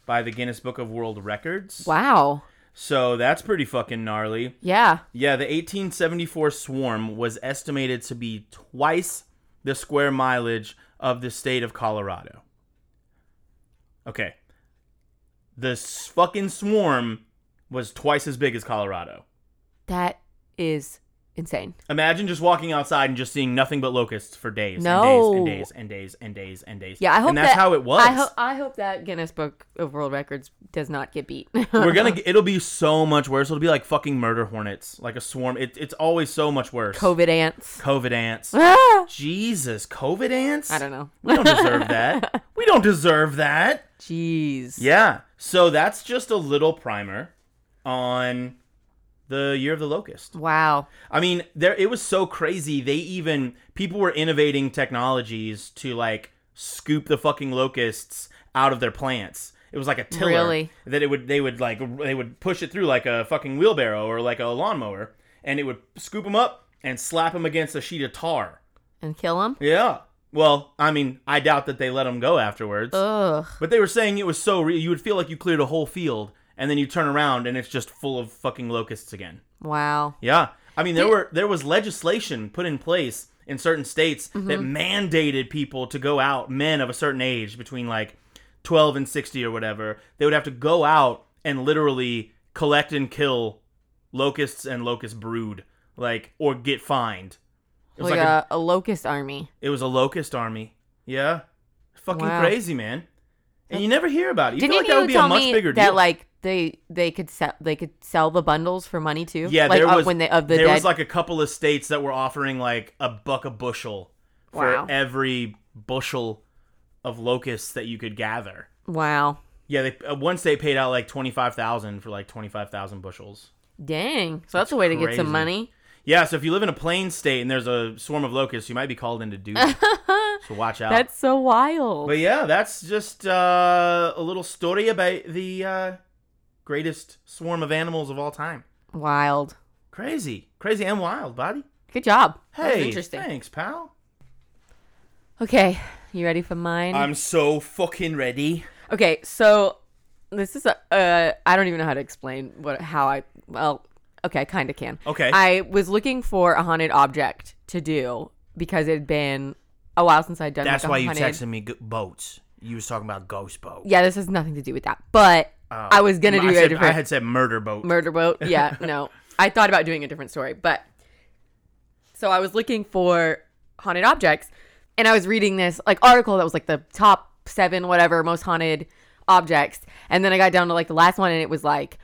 S2: by the Guinness Book of World Records.
S1: Wow.
S2: So that's pretty fucking gnarly.
S1: Yeah.
S2: Yeah, the 1874 swarm was estimated to be twice the square mileage of the state of Colorado. Okay. The s- fucking swarm was twice as big as Colorado.
S1: That is insane.
S2: Imagine just walking outside and just seeing nothing but locusts for days
S1: No.
S2: and days and days and days and days and days.
S1: Yeah, I hope
S2: and that's
S1: that-
S2: how it was.
S1: I, ho- I hope that Guinness Book of World Records does not get beat.
S2: We're gonna. g- It'll be so much worse. It'll be like fucking murder hornets, like a swarm. It, it's always so much worse.
S1: COVID ants.
S2: COVID ants.
S1: Ah!
S2: Jesus, COVID ants?
S1: I don't know.
S2: We don't deserve that. We don't deserve that.
S1: Jeez.
S2: Yeah. So that's just a little primer on the year of the locust.
S1: Wow.
S2: I mean, there it was so crazy. They even people were innovating technologies to like scoop the fucking locusts out of their plants. It was like a tiller
S1: Really?
S2: that it would they would like they would push it through like a fucking wheelbarrow or like a lawnmower, and it would scoop them up and slap them against a sheet of tar.
S1: and kill him.
S2: Yeah. Well, I mean, I doubt that they let them go afterwards.
S1: Ugh.
S2: But they were saying it was so real. You would feel like you cleared a whole field, and then you turn around and it's just full of fucking locusts again.
S1: Wow.
S2: Yeah, I mean there
S1: Did-
S2: were there was legislation put in place in certain states that mandated people to go out, men of a certain age between like twelve and sixty or whatever, they would have to go out and literally collect and kill locusts and locust brood, like or get fined. It was
S1: Like,
S2: like, a,
S1: a, a locust army.
S2: it was a locust army. Yeah, fucking
S1: Wow.
S2: crazy, man. And you never hear about it. You
S1: Didn't
S2: feel like that would be
S1: tell
S2: a much
S1: me
S2: bigger
S1: that
S2: deal.
S1: like they they could sell they could sell the bundles for money too?
S2: Yeah,
S1: like
S2: there
S1: uh,
S2: was
S1: when they of the
S2: there
S1: dead.
S2: was like a couple of states that were offering like a buck a bushel for
S1: Wow.
S2: every bushel of locusts that you could gather.
S1: wow.
S2: Yeah, they, uh, one state paid out like twenty five thousand for like twenty five thousand bushels.
S1: Dang. So that's, a way to get
S2: crazy.
S1: some money.
S2: Yeah, so if you live in a plain state and there's a swarm of locusts, you might be called in to do. so watch out.
S1: That's so wild.
S2: but yeah, that's just uh, a little story about the uh, greatest swarm of animals of all time.
S1: wild.
S2: Crazy, crazy and wild, buddy.
S1: Good job.
S2: Hey,
S1: that was interesting.
S2: thanks, pal.
S1: Okay, you ready for mine?
S2: I'm so fucking ready.
S1: okay, so this is a uh, I don't even know how to explain what how I well okay I kind of can.
S2: Okay.
S1: I was looking for a haunted object to do because it had been a while since I'd done.
S2: That's
S1: like, a
S2: why you
S1: haunted-
S2: texted me g- boats. You was talking about ghost boat.
S1: Yeah, this has nothing to do with that, but I was gonna do
S2: Oh. I,
S1: a
S2: said, I
S1: different
S2: had said murder boat.
S1: murder boat. Yeah, no, I thought about doing a different story, but so I was looking for haunted objects, and I was reading this like article that was like the top seven whatever most haunted objects, and then I got down to like the last one, and it was like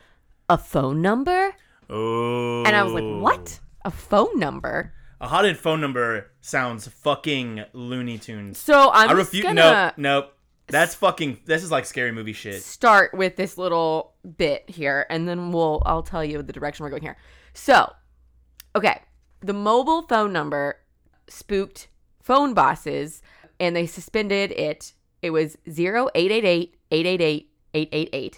S1: a phone number,
S2: oh.
S1: and I was like, what? A phone number?
S2: A haunted phone number sounds fucking Looney Tunes.
S1: So I'm
S2: I
S1: just
S2: refuse.
S1: gonna
S2: Nope. Nope. That's fucking. This is like scary movie shit.
S1: start with this little bit here and then we'll I'll tell you the direction we're going here. So, okay, the mobile phone number spooked phone bosses and they suspended it. It was 0888-888-888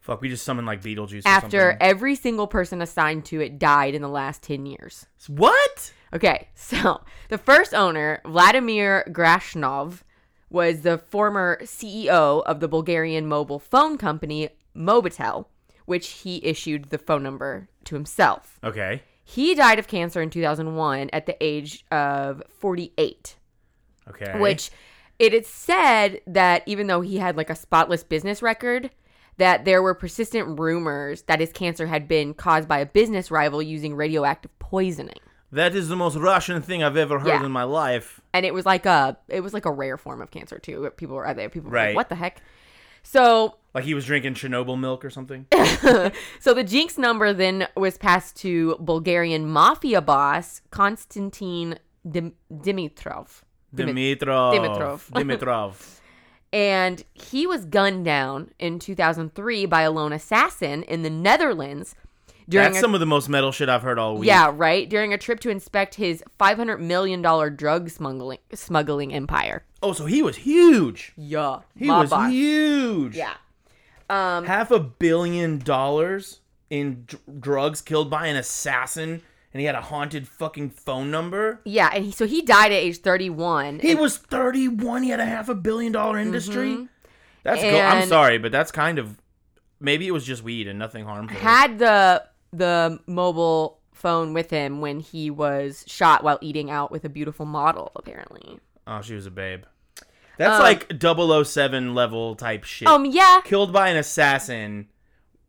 S2: Fuck. We just summoned like Beetlejuice.
S1: after
S2: Or something.
S1: every single person assigned to it died in the last 10 years.
S2: What?
S1: Okay, so the first owner, Vladimir Grashnov, was the former CEO of the Bulgarian mobile phone company Mobitel, which he issued the phone number to himself.
S2: Okay.
S1: He died of cancer in 2001 at the age of 48,
S2: Okay.
S1: which it is said that even though he had like a spotless business record, that there were persistent rumors that his cancer had been caused by a business rival using radioactive poisoning.
S2: That is the most Russian thing I've ever heard
S1: Yeah.
S2: in my life.
S1: and it was like a it was like a rare form of cancer too. People were there. People were
S2: Right.
S1: like, "What the heck?" So,
S2: Like he was drinking Chernobyl milk or something.
S1: so the Jinx number then was passed to Bulgarian mafia boss Konstantin Dim- Dimitrov,
S2: Dimitrov.
S1: Dimitrov.
S2: Dimitrov.
S1: and he was gunned down in 2003 by a lone assassin in the Netherlands during
S2: That's
S1: a,
S2: some of the most metal shit I've heard all week.
S1: yeah right during a trip to inspect his 500 million dollar drug smuggling smuggling empire.
S2: Oh, so he was huge.
S1: Yeah,
S2: He
S1: my
S2: was
S1: boss.
S2: huge.
S1: yeah. Um,
S2: Half a billion dollars in dr- drugs killed by an assassin, and he had a haunted fucking phone number.
S1: Yeah, and he, so he died at age 31.
S2: He was 31. He had a half a billion dollar industry. That's go- I'm
S1: Mm-hmm. And-
S2: sorry, but that's kind of maybe it was just weed and nothing harmful.
S1: had the the mobile phone with him when he was shot while eating out with a beautiful model apparently.
S2: oh, she was a babe.
S1: Oh.
S2: That's like 007 level type shit.
S1: Um yeah.
S2: killed by an assassin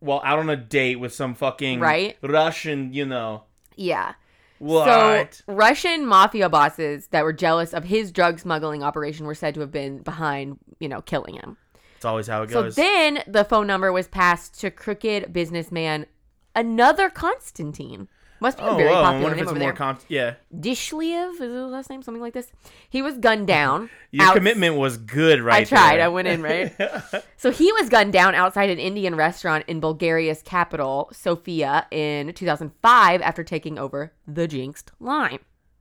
S2: while out on a date with some fucking
S1: Right.
S2: Russian, you know.
S1: Yeah.
S2: What?
S1: So Russian mafia bosses that were jealous of his drug smuggling operation were said to have been behind, you know, killing him.
S2: it's always how it
S1: So
S2: goes.
S1: then the phone number was passed to crooked businessman another Constantine. Must be a
S2: oh,
S1: very
S2: whoa, I
S1: popular
S2: wonder if
S1: name
S2: it's
S1: over
S2: more
S1: there.
S2: con- Yeah.
S1: Dishliev is his last name, something like this. He was gunned down.
S2: Your
S1: outs-
S2: commitment was good, right?
S1: I tried.
S2: there.
S1: I went in, right? so he was gunned down outside an Indian restaurant in Bulgaria's capital, Sofia, in 2005 after taking over the Jinxed line.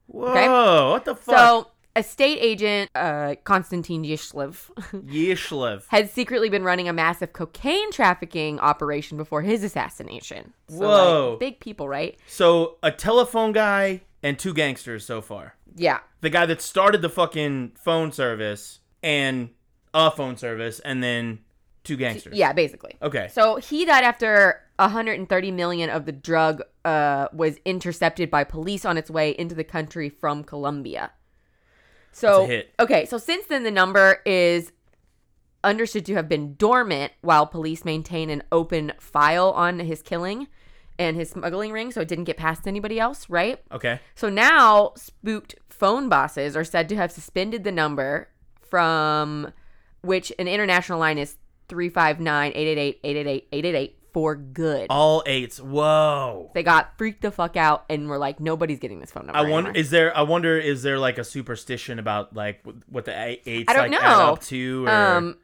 S2: Whoa!
S1: Okay.
S2: What the fuck?
S1: So estate agent uh, Konstantin Yishlev
S2: Yishlev.
S1: had secretly been running a massive cocaine trafficking operation before his assassination. So, like,
S2: Whoa.
S1: big people, right?
S2: So a telephone guy and two gangsters so far.
S1: Yeah.
S2: The guy that started the fucking phone service and a phone service, and then two gangsters.
S1: Yeah, basically.
S2: Okay.
S1: So he died after 130 million of the drug uh, was intercepted by police on its way into the country from Colombia. So
S2: That's a hit.
S1: okay, so since then the number is understood to have been dormant while police maintain an open file on his killing and his smuggling ring, so it didn't get past anybody else, right?
S2: okay.
S1: So now spooked phone bosses are said to have suspended the number from which an international line is 359-888-888-888 for good.
S2: All eights. Whoa.
S1: They got freaked the fuck out and were like nobody's getting this phone number.
S2: I wonder.
S1: anymore.
S2: Is there? I wonder. Is there like a superstition about like what the eight- eights
S1: I don't
S2: like add
S1: know.
S2: up to? Or,
S1: um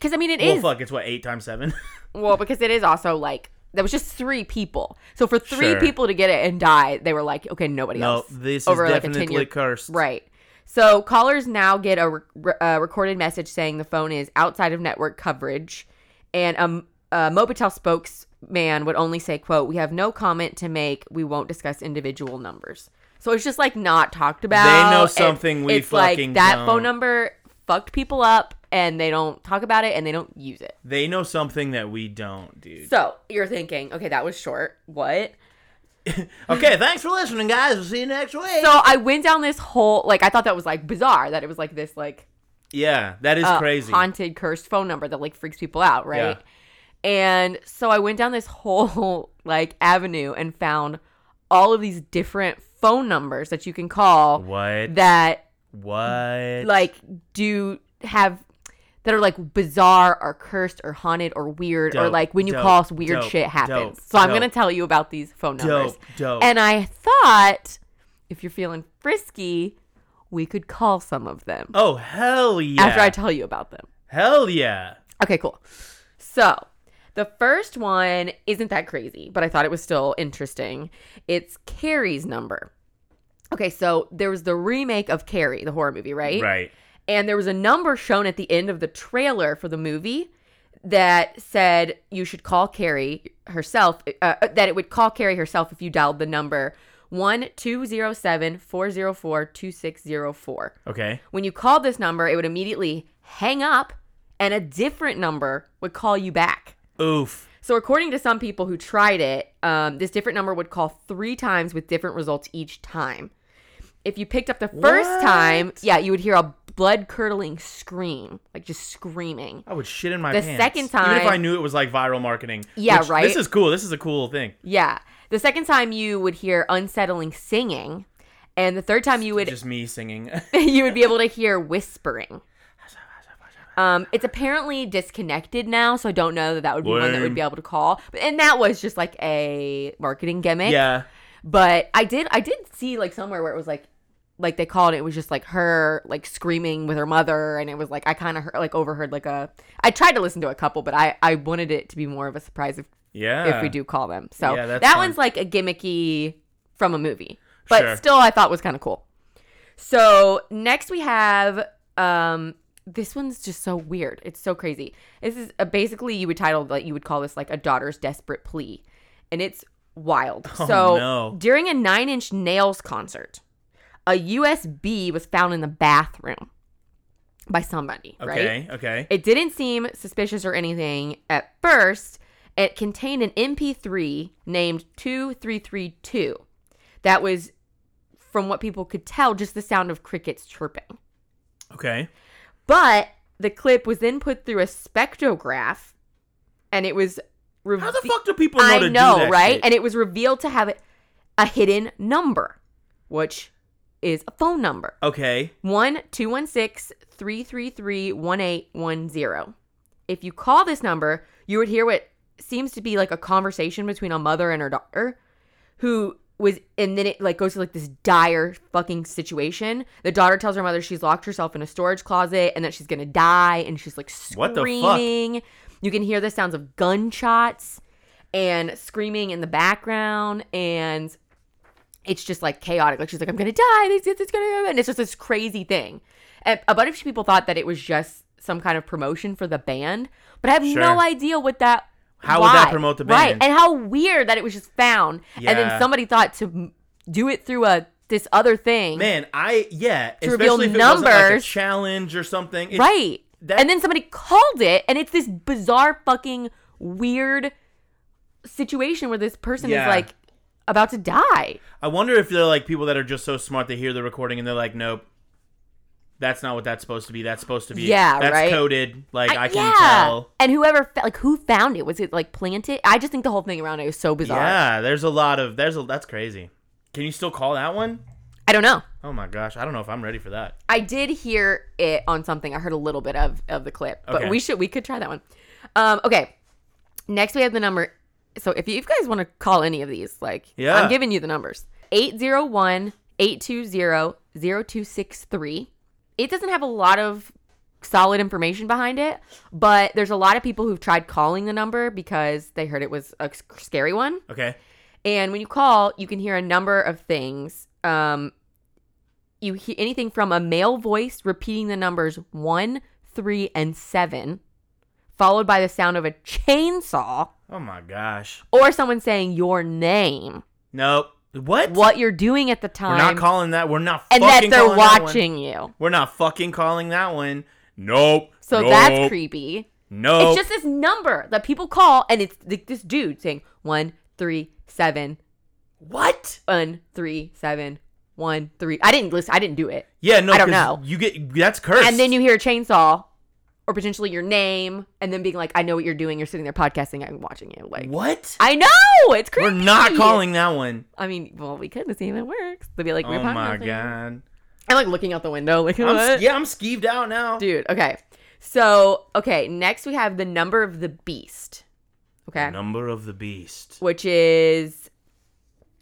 S1: cuz I mean it is
S2: well, fuck. It's what eight times seven.
S1: well because it is also like there was just three people. So for three
S2: Sure.
S1: people to get it and die, they were like okay, nobody
S2: no,
S1: else.
S2: this
S1: Over,
S2: is
S1: like, a
S2: definitely
S1: 10-year
S2: cursed.
S1: Right. So callers now get a re- uh, recorded message saying the phone is outside of network coverage, and um, a Mobitel spokesman would only say, "quote We have no comment to make. We won't discuss individual numbers." So it's just like not talked about.
S2: know
S1: and
S2: something we
S1: it's
S2: fucking
S1: like that
S2: don't.
S1: phone number fucked people up, and they don't talk about it, and they don't use it.
S2: They know something that we don't, dude.
S1: So you're thinking, okay, that was short. What?
S2: Okay. thanks for listening, guys. We'll see you next week.
S1: So I went down this whole like I thought that was like bizarre that it was like this like
S2: yeah, that is
S1: uh,
S2: crazy.
S1: haunted cursed phone number that like freaks people out, right? And so I went down this whole like avenue and found all of these different phone numbers that you can call
S2: what?
S1: that
S2: what?
S1: like do have that are like bizarre or cursed or haunted or weird or
S2: Dope,
S1: like when you
S2: dope,
S1: call us weird
S2: dope,
S1: shit happens.
S2: dope,
S1: so I'm
S2: dope.
S1: going to tell you about these phone numbers.
S2: dope. Dope.
S1: And I thought if you're feeling frisky, we could call some of them
S2: oh hell yeah!
S1: after I tell you about them.
S2: hell yeah!
S1: Okay, cool. So the first one isn't that crazy, but I thought it was still interesting. It's Carrie's number. Okay, so there was the remake of Carrie, the horror movie, right?
S2: Right.
S1: And there was a number shown at the end of the trailer for the movie that said you should call Carrie herself, uh, that it would call Carrie herself if you dialed the number 1207 404 2604
S2: Okay.
S1: when you called this number, it would immediately hang up and a different number would call you back.
S2: Oof.
S1: So, according to some people who tried it, um, this different number would call three times with different results each time. If you picked up the first
S2: What?
S1: time, yeah, you would hear a blood curdling scream, like just screaming.
S2: I would shit in my
S1: The
S2: pants.
S1: second
S2: even if I
S1: time-
S2: knew it was like viral marketing.
S1: Yeah,
S2: which-
S1: right?
S2: This is cool. This is a cool thing.
S1: Yeah. The second time, you would hear unsettling singing. And the third time, you would
S2: Just me singing.
S1: you would be able to hear whispering. Um, it's apparently disconnected now, so I don't know that that would be one that
S2: Lame.
S1: would be able to call. But and that was just like a marketing gimmick.
S2: yeah.
S1: But I did I did see like somewhere where it was like like they called it, it was just like her like screaming with her mother and it was like I kind of heard like overheard like a I tried to listen to a couple but I I wanted it to be more of a surprise if,
S2: Yeah.
S1: if we do call them. So
S2: Yeah, that's
S1: that
S2: fun.
S1: one's like a gimmicky from a movie, but
S2: Sure.
S1: still I thought was kind of cool. So next we have um this one's just so weird. It's so crazy. This is uh basically you would title like you would call this like a daughter's desperate plea, and it's wild.
S2: Oh,
S1: so
S2: no.
S1: during a Nine Inch Nails concert, a USB was found in the bathroom by somebody. Right.
S2: Okay. Okay.
S1: It didn't seem suspicious or anything at first. It contained an MP3 named 2332. That was, from what people could tell, just the sound of crickets chirping.
S2: Okay.
S1: But the clip was then put through a spectrograph and it was
S2: How
S1: revealed.
S2: the fuck do people know
S1: I
S2: to
S1: know,
S2: do that
S1: right?
S2: shit?
S1: And it was revealed to have a hidden number, which is a phone number
S2: okay.
S1: one two one six three three three one eight one zero. If you call this number, you would hear what seems to be like a conversation between a mother and her daughter who was and then it like goes to like this dire fucking situation. The daughter tells her mother she's locked herself in a storage closet and that she's going to die and she's like
S2: What the fuck?
S1: screaming. You can hear the sounds of gunshots and screaming in the background and it's just like chaotic. Like she's like, I'm gonna die. This, this, it's gonna happen. And it's just this crazy thing. And a bunch of people thought that it was just some kind of promotion for the band, but I have
S2: Sure.
S1: no idea what that.
S2: How would that
S1: why.
S2: promote the
S1: Right,
S2: band?
S1: and how weird that it was just found, and
S2: Yeah.
S1: then somebody thought to m- do it through a this other thing,
S2: Man, I yeah,
S1: reveal
S2: especially if it wasn't like a
S1: numbers.
S2: challenge or something. It's-
S1: right?
S2: that-
S1: and then somebody called it, and it's this bizarre fucking weird situation where this person
S2: Yeah.
S1: is like about to die.
S2: I wonder if they're like people that are just so smart they hear the recording and they're like, nope, that's not what that's supposed to be. That's supposed to be
S1: Yeah,
S2: that's
S1: right?
S2: coded. Like I, can tell.
S1: And whoever, fa- like, who found it? Was it like planted? I just think the whole thing around it was so bizarre.
S2: Yeah, there's a lot of there's a that's crazy. Can you still call that one?
S1: I don't know.
S2: Oh my gosh, I don't know if I'm ready for that.
S1: I did hear it on something. I heard a little bit of of the clip, but
S2: Okay.
S1: we should we could try that one. Um, okay. Next we have the number. So if you, if you guys want to call any of these, like
S2: Yeah.
S1: I'm giving you the numbers. 801-820-0263. It doesn't have a lot of solid information behind it, but there's a lot of people who've tried calling the number because they heard it was a s- scary one.
S2: Okay.
S1: And when you call, you can hear a number of things. Um, you hear anything from a male voice repeating the numbers one, three, and seven, followed by the sound of a chainsaw
S2: Oh my gosh.
S1: or someone saying your name,
S2: Nope. What?
S1: what you're doing at the time,
S2: We're not calling that. We're not
S1: and that
S2: fucking
S1: they're
S2: calling that one.
S1: watching you.
S2: We're not fucking calling that one. Nope.
S1: So
S2: nope,
S1: that's creepy.
S2: Nope.
S1: It's just this number that people call, and it's like this dude saying one, three, seven,
S2: what?
S1: one, three, seven, one, three. I didn't listen. I didn't do it.
S2: Yeah, no.
S1: I don't
S2: 'cause
S1: know.
S2: You get that's cursed.
S1: and then you hear a chainsaw or potentially your name and then being like i know what you're doing you're sitting there podcasting i'm watching you like
S2: what?
S1: i know it's creepy
S2: We're not calling that one.
S1: i mean well we could to see if it works they'd be like we're
S2: oh my
S1: podcasting.
S2: god.
S1: i'm like looking out the window like
S2: I'm,
S1: what?
S2: s- yeah, I'm skeeved out now.
S1: dude okay so okay next we have the number of the beast okay
S2: Number of the beast.
S1: which is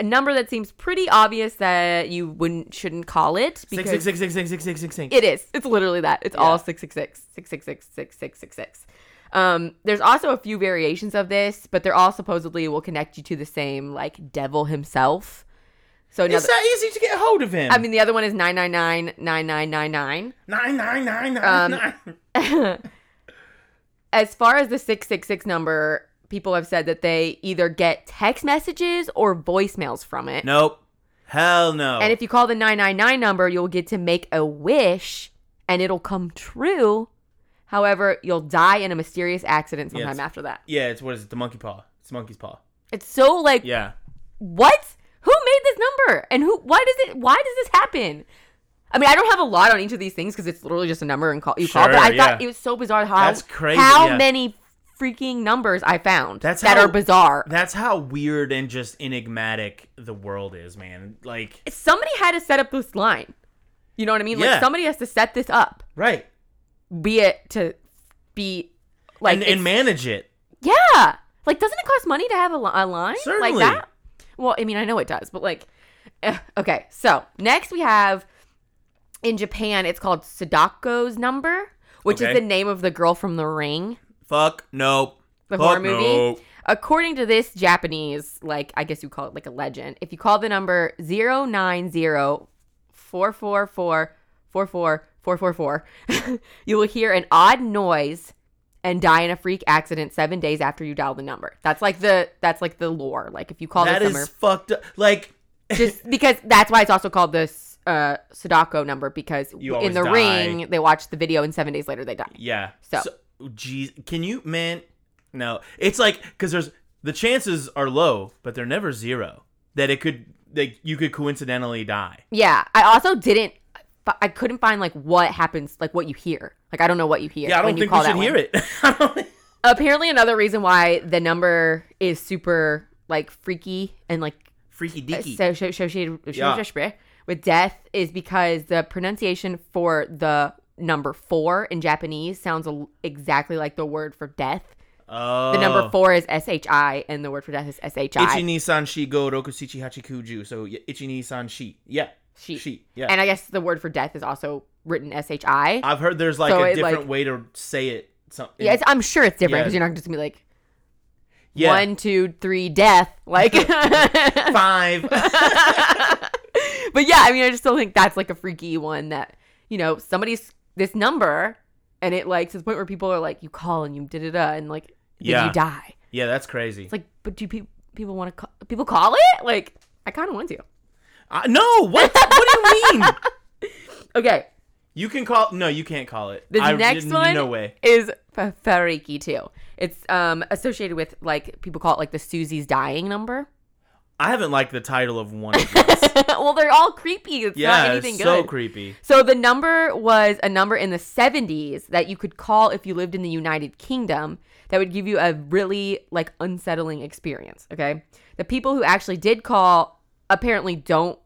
S1: a number that seems pretty obvious that you wouldn't shouldn't call it
S2: Six six six six six six six six six.
S1: It is. It's literally that. It's all 666, 666, 666. Um, there's also a few variations of this, but they're all supposedly will connect you to the same like devil himself. So another,
S2: It's not easy to get hold of him.
S1: I mean, the other one is 999 9999.
S2: nine nine nine nine
S1: um,
S2: nine.
S1: As far as the 666 number, people have said that they either get text messages or voicemails from it.
S2: Nope. Hell no.
S1: And if you call the 999 number, you'll get to make a wish and it'll come true. However, you'll die in a mysterious accident sometime
S2: Yes.
S1: after that.
S2: yeah, it's what is it? The monkey paw. It's monkey's paw.
S1: It's so like,
S2: Yeah.
S1: what? Who made this number? And who, why does it, why does this happen? I mean, I don't have a lot on each of these things because it's literally just a number and call you call. But
S2: Sure,
S1: I
S2: yeah.
S1: thought it was so bizarre how
S2: That's crazy,
S1: how
S2: yeah.
S1: many freaking numbers I found
S2: That's
S1: that
S2: how-
S1: are bizarre.
S2: That's how weird and just enigmatic the world is, man. Like
S1: Somebody had to set up this line. You know what I mean?
S2: Yeah.
S1: Like somebody has to set this up.
S2: right.
S1: be it to be like
S2: and,
S1: it's-
S2: and manage it.
S1: yeah like doesn't it cost money to have a, li- a line
S2: Certainly.
S1: like that well i mean i know it does but like eh, okay so next we have in japan it's called sadako's number which
S2: Okay.
S1: is the name of the girl from the ring
S2: Fuck nope.
S1: the
S2: Fuck
S1: horror movie
S2: nope.
S1: according to this japanese like i guess you call it like a legend if you call the number 090 444 444 you will hear an odd noise and die in a freak accident seven days after you dial the number that's like the that's like the lore like if you call
S2: That
S1: this
S2: is
S1: number
S2: fucked up. Like
S1: just because that's why it's also called this uh sadako number because
S2: You
S1: in
S2: always
S1: the
S2: die.
S1: ring they watch the video and seven days later they die
S2: Yeah.
S1: So-
S2: geez, can you, man? No, it's like because there's the chances are low, but they're never zero that it could like you could coincidentally die.
S1: Yeah, I also didn't. I couldn't find like what happens, like what you hear. Like I don't know what you hear.
S2: Yeah, I don't
S1: when you
S2: think
S1: call
S2: we should
S1: that
S2: hear
S1: one.
S2: it. I don't think-
S1: Apparently, another reason why the number is super like freaky and like
S2: Freaky deaky.
S1: so- so- associated
S2: Yeah.
S1: associated with death is because the pronunciation for the number four in Japanese sounds a- exactly like the word for death.
S2: oh.
S1: The number four is S H I, and the word for death is S H
S2: Ichi
S1: I.
S2: ni san shi go rokusichi hachikuju. So yeah, ichi ni san shi. Yeah.
S1: Shi.
S2: Yeah.
S1: And I guess the word for death is also written S H I.
S2: I've heard there's like
S1: So
S2: a
S1: it,
S2: different
S1: like-
S2: way to say it. Something.
S1: Yeah, it's, I'm sure it's different
S2: Yeah.
S1: because you're not just gonna be like
S2: Yeah.
S1: one, two, three, death. Like, but yeah,
S2: Five.
S1: I mean, I just still think that's like a freaky one that you know somebody's this number, and it like to the point where people are like, you call and you da da da, and like then
S2: Yeah.
S1: you die.
S2: yeah, that's crazy.
S1: It's like, but do people people want to call people call it? Like, I kind of want to.
S2: Uh, no, what? What do you mean?
S1: Okay,
S2: You can call. No, you can't call it.
S1: This
S2: I-
S1: next
S2: n-
S1: one
S2: No way.
S1: is f- freaky too. It's um associated with like people call it like the Susie's dying number.
S2: I haven't liked the title of one. Of these.
S1: well, they're all creepy. It's not
S2: yeah,
S1: anything
S2: it's so
S1: good.
S2: creepy.
S1: so the number was a number in the 70s that you could call if you lived in the United Kingdom that would give you a really like unsettling experience, okay? The people who actually did call apparently don't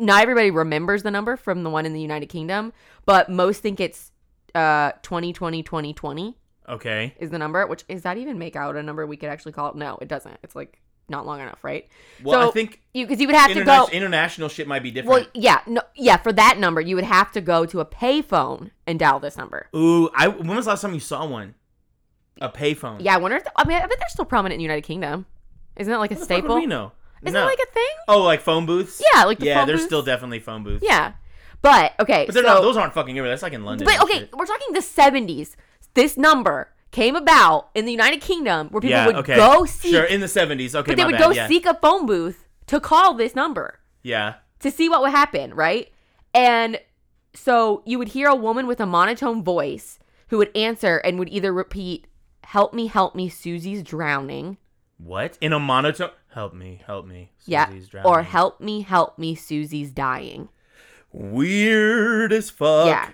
S1: not everybody remembers the number from the one in the United Kingdom, but most think it's uh 2020 2020
S2: Okay.
S1: is the number, which is that even make out a number we could actually call it? No, it doesn't. It's like not long enough, right?
S2: Well,
S1: So-
S2: I think
S1: You because you would have to
S2: interna-
S1: go.
S2: international shit might be different.
S1: Well, yeah, no, yeah. For that number, you would have to go to a payphone and dial this number.
S2: Ooh, I. When was the last time you saw one? A payphone.
S1: Yeah, I wonder. if I mean, I bet they're still prominent in the United Kingdom. Isn't that like a
S2: What the fuck would
S1: staple?
S2: we know?
S1: Isn't
S2: no.
S1: that like a thing?
S2: oh, like phone booths.
S1: Yeah, like the
S2: yeah,
S1: phone
S2: there's
S1: booths.
S2: still definitely phone booths.
S1: Yeah, but okay.
S2: but they're
S1: so,
S2: not. Those aren't fucking everywhere. That's like in London.
S1: But
S2: and
S1: okay,
S2: shit.
S1: we're talking the seventies. This number came about in the United Kingdom where people
S2: yeah.
S1: would
S2: okay.
S1: go seek,
S2: Sure. In the 70s. Okay.
S1: but they
S2: my
S1: would
S2: bad.
S1: go
S2: yeah.
S1: seek a phone booth to call this number.
S2: Yeah.
S1: to see what would happen, right? And so you would hear a woman with a monotone voice who would answer and would either repeat, "Help me, help me, Susie's drowning,"
S2: What? In a monotone? Help me. Help me.
S1: yeah,
S2: Susie's drowning.
S1: or "Help me, help me, Susie's dying."
S2: Weird as fuck.
S1: Yeah.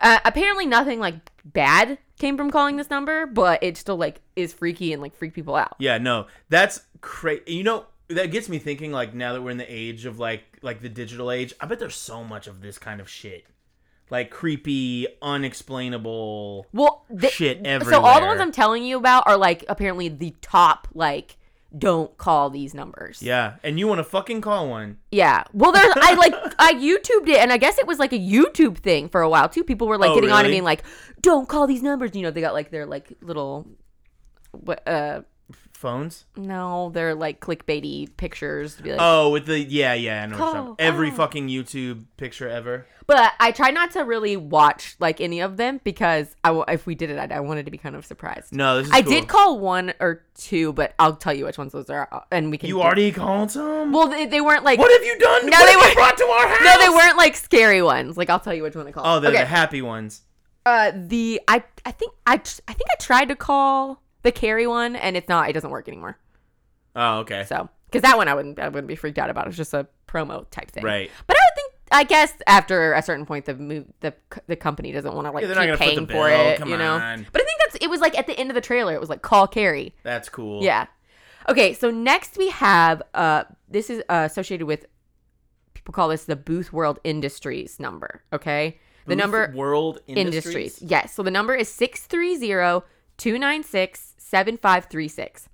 S1: Uh, apparently, nothing like bad came from calling this number, but it still like is freaky and like freak people out.
S2: Yeah, no, that's crazy. You know, that gets me thinking. Like now that we're in the age of like like the digital age, I bet there's so much of this kind of shit, like creepy, unexplainable.
S1: Well, th-
S2: Shit
S1: So all the
S2: everywhere.
S1: ones I'm telling you about are like apparently the top like don't call these numbers.
S2: Yeah, and you want to fucking call one?
S1: Yeah. Well, there's I like I YouTubed it, and I guess it was like a YouTube thing for a while too. People were like
S2: Oh,
S1: getting on and
S2: really?
S1: being like, "Don't call these numbers." You know, they got like their like little, what? Uh,
S2: Phones?
S1: no, they're like clickbaity pictures to be like.
S2: Oh, with the yeah, yeah. I know what you're talking
S1: Call-
S2: about. Every
S1: oh.
S2: fucking YouTube picture ever.
S1: but I try not to really watch like any of them because I w- if we did it, I, I wanted to be kind of surprised.
S2: No, Mm, this is
S1: I
S2: cool.
S1: did call one or two, but I'll tell you which ones those are, uh, and we can.
S2: You
S1: do-
S2: already called some?
S1: Well, they, they weren't like.
S2: what have you done?
S1: No,
S2: what
S1: they
S2: have
S1: weren't-
S2: you brought to our house?
S1: no, they weren't like scary ones. Like I'll tell you which one to call.
S2: Oh, they're
S1: Okay.
S2: the happy ones.
S1: uh the I I think I tr- I think I tried to call the carry one and it's not it doesn't work anymore.
S2: Oh, okay.
S1: So because that one I wouldn't I wouldn't be freaked out about. It's just a promo type thing.
S2: Right.
S1: But I would think I guess after a certain point the move the c- the company doesn't want to like
S2: Yeah, they're not
S1: keep
S2: gonna
S1: paying
S2: foot the
S1: for
S2: bill.
S1: it.
S2: Come
S1: you know.
S2: on.
S1: But I think that's it was like at the end of the trailer it was like call carry.
S2: That's cool.
S1: Yeah. Okay. So next we have uh this is uh, associated with people call this the Booth World Industries number. Okay. The
S2: Booth
S1: number
S2: World
S1: Industries. Yes. So the number is 630-296-7536.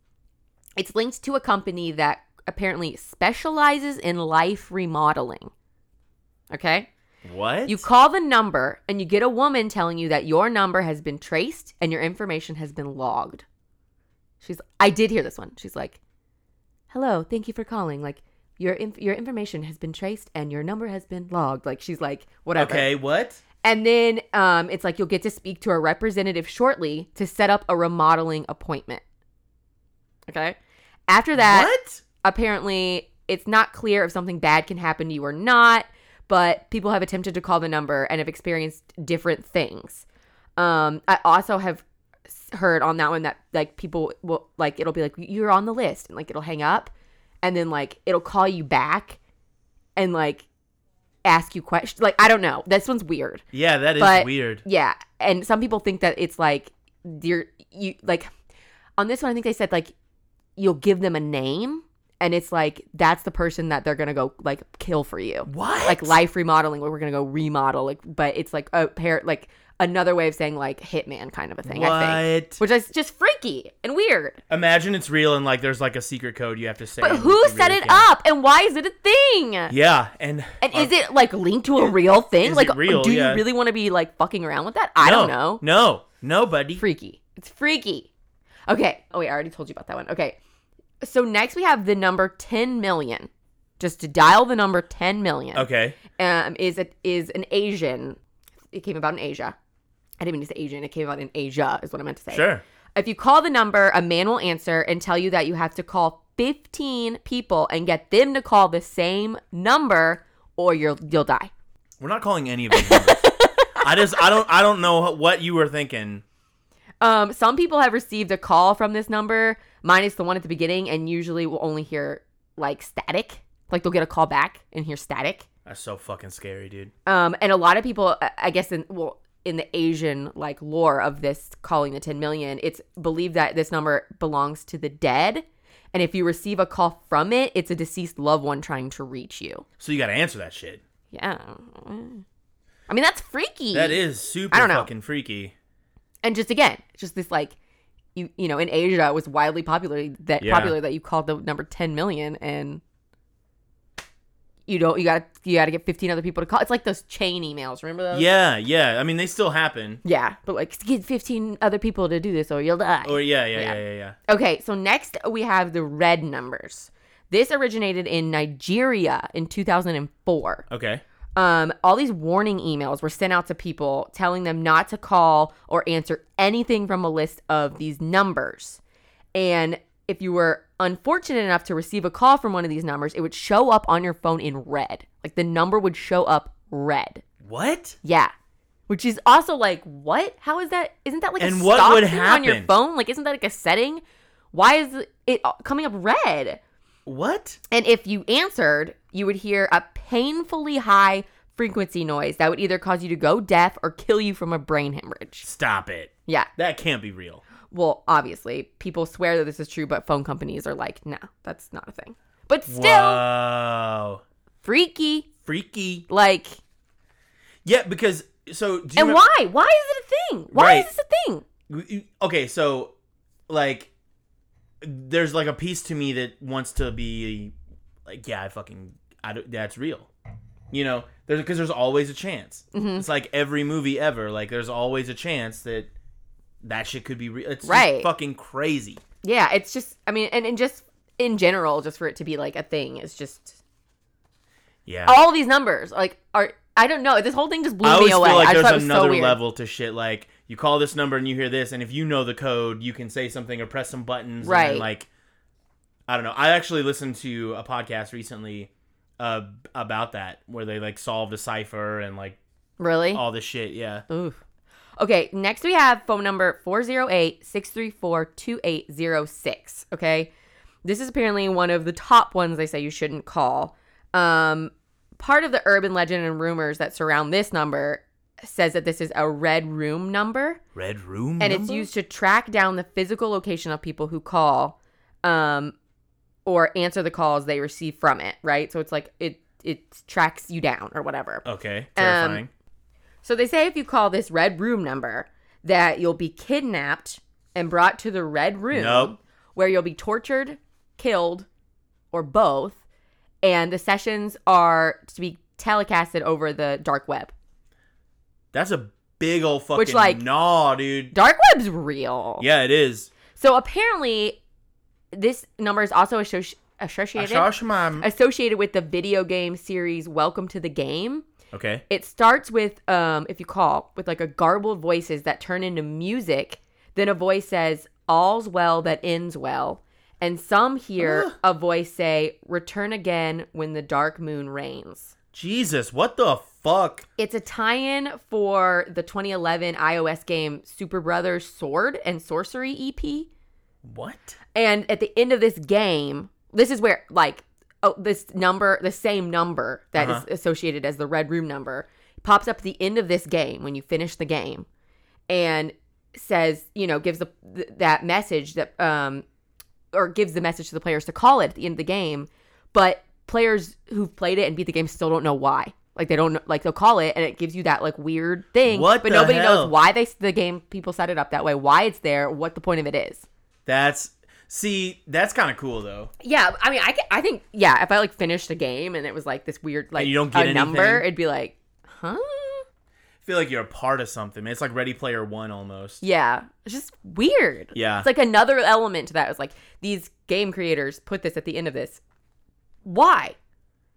S1: It's linked to a company that apparently specializes in life remodeling. Okay?
S2: What?
S1: You call the number and you get a woman telling you that your number has been traced and your information has been logged. She's I did hear this one. She's like, "Hello, thank you for calling. Like your inf- your information has been traced and your number has been logged." Like she's like, "Whatever."
S2: Okay, what?
S1: And then um, it's like you'll get to speak to a representative shortly to set up a remodeling appointment. Okay. After that,
S2: what?
S1: apparently, it's not clear if something bad can happen to you or not, but people have attempted to call the number and have experienced different things. Um, I also have s- heard on that one that like people will like it'll be like you're on the list and like it'll hang up and then like it'll call you back and like ask you questions like i don't know this one's weird
S2: Yeah, that is
S1: But-
S2: weird.
S1: yeah, and some people think that it's like you're you like on this one. I think they said like you'll give them a name, and it's like that's the person that they're gonna go like kill for you,
S2: What?
S1: like life remodeling. Where we're gonna go remodel, like but it's like a pair like another way of saying like hitman kind of a thing. I think,
S2: What?
S1: which is just freaky and weird.
S2: Imagine it's real and like there's like a secret code you have to say.
S1: But
S2: and
S1: who
S2: you
S1: set
S2: really
S1: it
S2: can't-
S1: up, and why is it a thing?
S2: Yeah, and
S1: And is it like linked to a real thing?
S2: is
S1: like,
S2: it real?
S1: do
S2: Yeah.
S1: you really want to be like fucking around with that? I
S2: no,
S1: don't know.
S2: No, no, buddy.
S1: freaky. It's freaky. Okay. Oh wait, I already told you about that one. Okay. So next we have the number 10 million. Just to dial the number 10 million.
S2: Okay.
S1: Um, is it is an Asian. It came about in Asia. I didn't mean to say Asian. It came about in Asia is what I meant to say.
S2: Sure.
S1: If you call the number, a man will answer and tell you that you have to call 15 people and get them to call the same number or you'll you'll die.
S2: We're not calling any of these numbers. I just I don't I don't know what you were thinking.
S1: Um, some people have received a call from this number, minus the one at the beginning, and usually will only hear like static. Like they'll get a call back and hear static.
S2: That's so fucking scary, dude.
S1: Um, and a lot of people, I- I guess, in well, in the Asian like lore of this calling the 10 million, it's believed that this number belongs to the dead, and if you receive a call from it, it's a deceased loved one trying to reach you.
S2: So you got to answer that shit.
S1: Yeah, I mean that's freaky.
S2: That is super
S1: I don't know.
S2: fucking freaky.
S1: and just again, just this like you you know in Asia it was widely popular that
S2: Yeah.
S1: popular that you called the number ten million and you don't you got to you got to get fifteen other people to call. It's like those chain emails. Remember those?
S2: Yeah, yeah. I mean, they still happen.
S1: Yeah, but like get fifteen other people to do this or you'll die.
S2: Or Oh, yeah, yeah,
S1: Yeah.
S2: yeah, yeah, yeah.
S1: Okay, so next we have the red numbers. This originated in Nigeria in 2004.
S2: Okay.
S1: um, all these warning emails were sent out to people telling them not to call or answer anything from a list of these numbers. And if you were unfortunate enough to receive a call from one of these numbers, it would show up on your phone in red. Like the number would show up red.
S2: What?
S1: Yeah. Which is also like, what? How is that? Isn't that like
S2: And
S1: a
S2: what
S1: stock
S2: would
S1: thing on your
S2: happen?
S1: phone? Like, isn't that like a setting? Why is it uh, coming up red?
S2: What?
S1: And if you answered, you would hear a painfully high frequency noise that would either cause you to go deaf or kill you from a brain hemorrhage.
S2: Stop it.
S1: Yeah.
S2: That can't be real.
S1: Well, obviously, people swear that this is true, but phone companies are like, nah, that's not a thing. But still,
S2: Wow.
S1: freaky.
S2: Freaky.
S1: Like,
S2: Yeah, because so do you
S1: and
S2: remem-
S1: why? Why is it a thing? Why
S2: Right.
S1: is this a thing?
S2: okay so like there's like a piece to me that wants to be like yeah i fucking I don't- that's real you know there's because there's always a chance
S1: Mm-hmm.
S2: it's like every movie ever like there's always a chance that that shit could be real it's just
S1: Right.
S2: fucking crazy
S1: Yeah, it's just, I mean, and, and just in general, just for it to be like a thing is just,
S2: yeah
S1: all these numbers, like, are, I don't know. This whole thing just blew
S2: i
S1: me
S2: always
S1: away.
S2: feel like
S1: I just thought it
S2: there's
S1: was so
S2: another
S1: weird.
S2: level to shit like you call this number and you hear this and if you know the code you can say something or press some buttons and then,
S1: Right.
S2: like I don't know. I actually listened to a podcast recently uh, about that where they like solved a cipher and like
S1: Really?
S2: all this shit. Yeah.
S1: Oof. Okay, next we have phone number 408 634 2806. Okay, this is apparently one of the top ones they say you shouldn't call. Um, part of the urban legend and rumors that surround this number says that this is a red room number
S2: Red room.
S1: and it's
S2: number?
S1: used to track down the physical location of people who call um, or answer the calls they receive from it, right? So it's like it, it tracks you down or whatever.
S2: Okay. Terrifying.
S1: So they say if you call this red room number, that you'll be kidnapped and brought to the red room
S2: Nope.
S1: where you'll be tortured, killed, or both. And the sessions are to be telecasted over the dark web.
S2: That's a big old fucking
S1: Which, like-
S2: gnaw, dude.
S1: Dark web's real.
S2: Yeah, it is.
S1: So apparently, this number is also associ- associated
S2: my.
S1: associated with the video game series Welcome to the Game.
S2: Okay.
S1: It starts with um if you call with like a garbled voices that turn into music, then a voice says all's well that ends well, and some hear
S2: Ugh.
S1: a voice say return again when the dark moon reigns.
S2: Jesus, what the fuck?
S1: It's a tie-in for the 2011 iOS game Super Brothers Sword and Sorcery E EP.
S2: What?
S1: And at the end of this game, this is where like oh, this number, the same number that is
S2: Uh-huh.
S1: associated as the red room number, pops up at the end of this game when you finish the game, and says you know gives the th- that message that um or gives the message to the players to call it at the end of the game, but players who've played it and beat the game still don't know why. Like they don't know, like they'll call it and it gives you that like weird thing,
S2: What
S1: but
S2: the
S1: nobody
S2: hell?
S1: knows why they the game people set it up that way, why it's there, what the point of it is.
S2: That's. See, that's kind of cool though.
S1: Yeah, I mean, I, ca- I think yeah. If I like finished a game and it was like this weird like
S2: you don't get
S1: a number,
S2: anything?
S1: it'd be like, huh?
S2: feel like you're a part of something. It's like Ready Player One almost.
S1: Yeah. It's just weird.
S2: Yeah.
S1: It's like another element to that. It's like these game creators put this at the end of this. Why?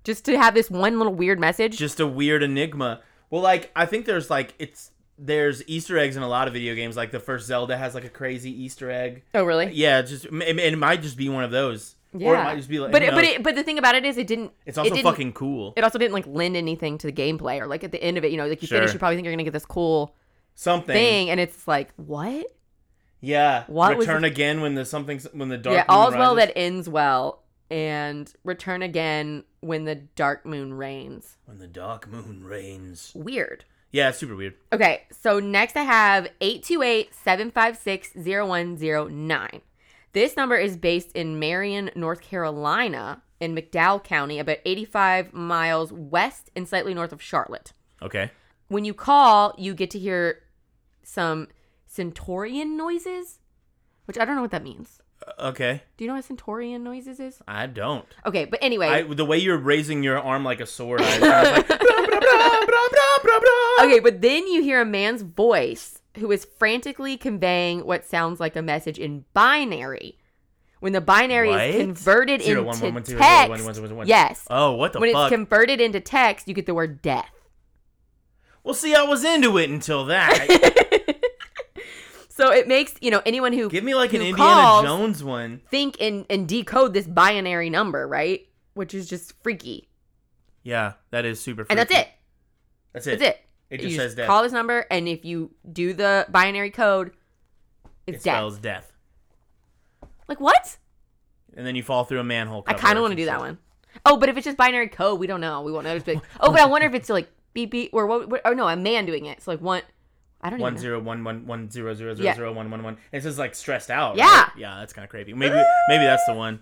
S1: Just to have this one little weird message?
S2: just a weird enigma. Well, like I think there's like it's there's Easter eggs in a lot of video games. Like the first Zelda has like a crazy Easter egg.
S1: oh, really?
S2: Yeah, it's just and it might just be one of those.
S1: Yeah.
S2: Or it might just be like,
S1: but
S2: who
S1: it, but
S2: knows?
S1: it, but the thing about it is it didn't.
S2: it's
S1: it
S2: also
S1: didn't-
S2: fucking cool.
S1: It also didn't like lend anything to the gameplay or like at the end of it, you know, like you finish,
S2: Sure.
S1: you probably think you're gonna get this cool
S2: Something.
S1: thing, and it's like what?
S2: Yeah.
S1: What was
S2: Return again when the something's when the dark.
S1: yeah,
S2: moon
S1: all's well
S2: rises.
S1: that ends well, and return again when the dark moon reigns.
S2: when the dark moon reigns.
S1: Weird.
S2: Yeah, it's super weird.
S1: Okay, so next I have 828-756-0109. This number is based in Marion, North Carolina, in McDowell County, about 85 miles west and slightly north of Charlotte.
S2: Okay.
S1: When you call, you get to hear some centaurian noises, which I don't know what that means.
S2: Uh, Okay.
S1: Do you know what centaurian noises is?
S2: I don't.
S1: Okay, but anyway,
S2: I the way you're raising your arm like a sword. I, I was like. "Bra, bra, bra, bra, bra, bra."
S1: Okay, but then you hear a man's voice who is frantically conveying what sounds like a message in binary. When the binary is
S2: What?
S1: converted
S2: Zero, one,
S1: into
S2: one, one,
S1: text,
S2: zero, zero, one, one, one, one.
S1: yes.
S2: Oh, what the
S1: when
S2: fuck?
S1: it's converted into text, you get the word death.
S2: Well, see, I was into it until that.
S1: So it makes you know anyone who
S2: Give me like an
S1: Who
S2: Indiana
S1: calls?
S2: Jones one.
S1: think and and decode this binary number, right? Which is just freaky.
S2: Yeah, that is super.
S1: And that's
S2: freaky.
S1: it.
S2: That's it.
S1: That's it.
S2: It just
S1: you
S2: says death.
S1: call this number, and if you do the binary code, it's
S2: It
S1: death.
S2: spells death.
S1: Like what?
S2: And then you fall through a manhole.
S1: I
S2: Cover
S1: kind
S2: or
S1: of want to
S2: some
S1: do
S2: shit.
S1: that one. Oh, but if it's just binary code, we don't know. We won't know. It's like, oh, but I wonder if it's like beep beep or what? what or no, a man doing it. So like one, I don't
S2: One
S1: even know.
S2: zero one one one zero zero zero
S1: Yeah.
S2: zero one one one. And It's just like stressed out.
S1: Yeah.
S2: right? Yeah, that's kind of creepy. Maybe maybe that's the one.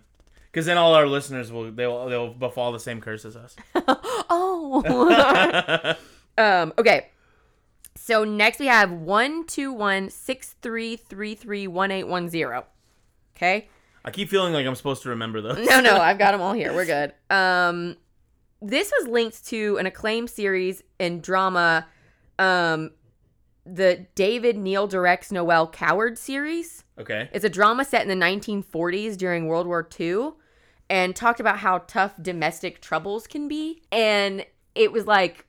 S2: Because then all our listeners will they'll they'll befall the same curse as us.
S1: Oh. um. Okay. So next we have one two one six three three three one eight one zero. Okay.
S2: I keep feeling like I'm supposed to remember those.
S1: No, no, I've got them all here. We're good. Um, this was linked to an acclaimed series and drama, um, the David Neal directs Noel Coward series.
S2: Okay.
S1: It's a drama set in the 1940s during World War II and talked about how tough domestic troubles can be. And it was like,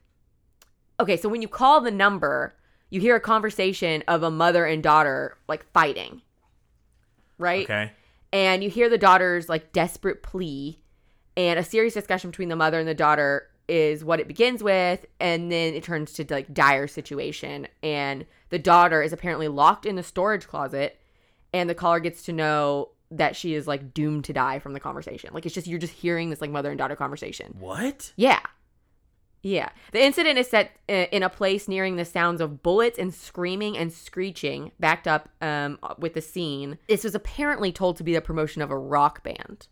S1: okay, so when you call the number, you hear a conversation of a mother and daughter like fighting, right?
S2: Okay.
S1: And you hear the daughter's like desperate plea. And a serious discussion between the mother and the daughter is what it begins with. And then it turns to like dire situation. And the daughter is apparently locked in the storage closet and the caller gets to know that she is like doomed to die from the conversation. Like it's just you're just hearing this like mother and daughter conversation.
S2: What?
S1: Yeah. Yeah. The incident is set uh, in a place nearing the sounds of bullets and screaming and screeching, backed up um, with the scene. This was apparently told to be the promotion of a rock band.